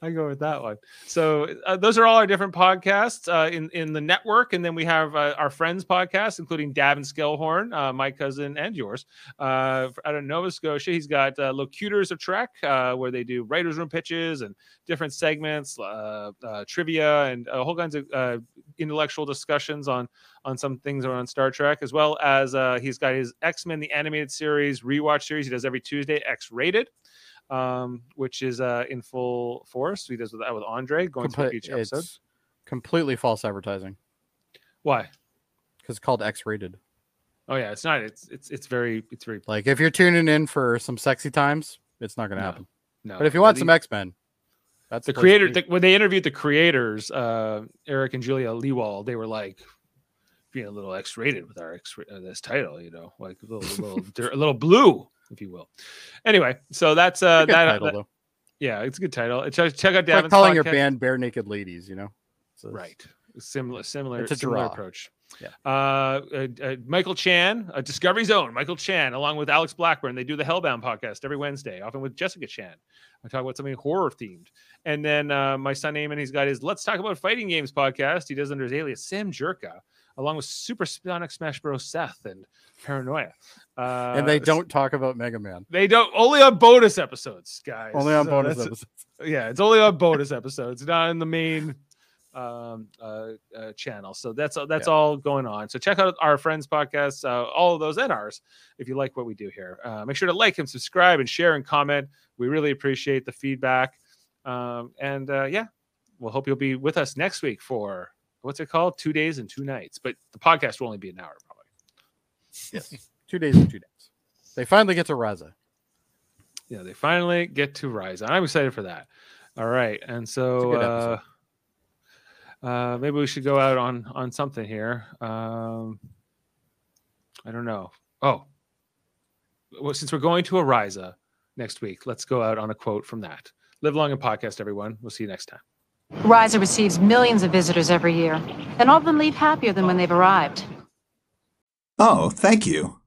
Speaker 2: I go with that one. So uh, those are all our different podcasts uh, in in the network, and then we have uh, our friends podcast, including Davin Skellhorn, uh, my cousin, and yours uh, out of Nova Scotia. He's got uh, Locutors of Trek, uh, where they do writers' room pitches and different segments, uh, uh, trivia, and uh, whole kinds of uh, intellectual discussions on on some things around Star Trek, as well as uh, he's got his X Men the animated series rewatch series. He does every Tuesday, X rated um, which is uh, in full force. He does that with Andre going
Speaker 1: comple-
Speaker 2: through each episode.
Speaker 1: it's completely false advertising
Speaker 2: Why?
Speaker 1: because it's called X-rated.
Speaker 2: Oh yeah, it's not. It's it's it's very it's very
Speaker 1: Like if you're tuning in for some sexy times, it's not going to
Speaker 2: No,
Speaker 1: happen.
Speaker 2: no.
Speaker 1: But if you want
Speaker 2: the,
Speaker 1: some X Men, that's
Speaker 2: the
Speaker 1: place to
Speaker 2: creator
Speaker 1: be.
Speaker 2: the, when they interviewed the creators, uh, Eric and Julia Leewald, they were like being a little X-rated with our X uh, this title, you know, like a little little, dir- a little blue, if you will. Anyway, so that's uh
Speaker 1: Good
Speaker 2: that,
Speaker 1: title,
Speaker 2: that-
Speaker 1: though.
Speaker 2: yeah, it's a good title. Check, check out
Speaker 1: It's like
Speaker 2: Davin's
Speaker 1: calling your
Speaker 2: podcast.
Speaker 1: band bare naked ladies, you know? So it's-
Speaker 2: right similar similar
Speaker 1: It's a
Speaker 2: similar
Speaker 1: draw.
Speaker 2: approach
Speaker 1: Yeah.
Speaker 2: uh, uh, uh, michael chan uh, discovery zone michael chan along with alex blackburn they do the hellbound podcast every wednesday often with jessica chan i talk about something horror themed and then uh, my son Eamon, he's got his let's talk about fighting games podcast he does under his alias sam jerka along with super sonic smash bros seth and paranoia uh,
Speaker 1: And they don't talk about Mega Man.
Speaker 2: they don't only on bonus episodes guys
Speaker 1: Only on
Speaker 2: So
Speaker 1: bonus
Speaker 2: that's-
Speaker 1: episodes.
Speaker 2: yeah it's only on bonus episodes not in the main um uh, uh channel so that's that's all going on so check out our friends podcasts uh, all of those and ours if you like what we do here uh, make sure to like and subscribe and share and comment we really appreciate the feedback um and uh yeah we'll hope you'll be with us next week for what's it called two days and two nights but the podcast will only be an hour probably
Speaker 1: Two days and two days. They finally get to Raza.
Speaker 2: yeah they finally get to rise i'm excited for that all right and so
Speaker 1: good
Speaker 2: uh,
Speaker 1: episode.
Speaker 2: uh maybe we should go out on on something here um i don't know oh well since we're going to ariza next week let's go out on a quote from that live long and podcast everyone we'll see you next time
Speaker 7: Riser receives millions of visitors every year, and all of them leave happier than when they've arrived.
Speaker 8: Oh, thank you.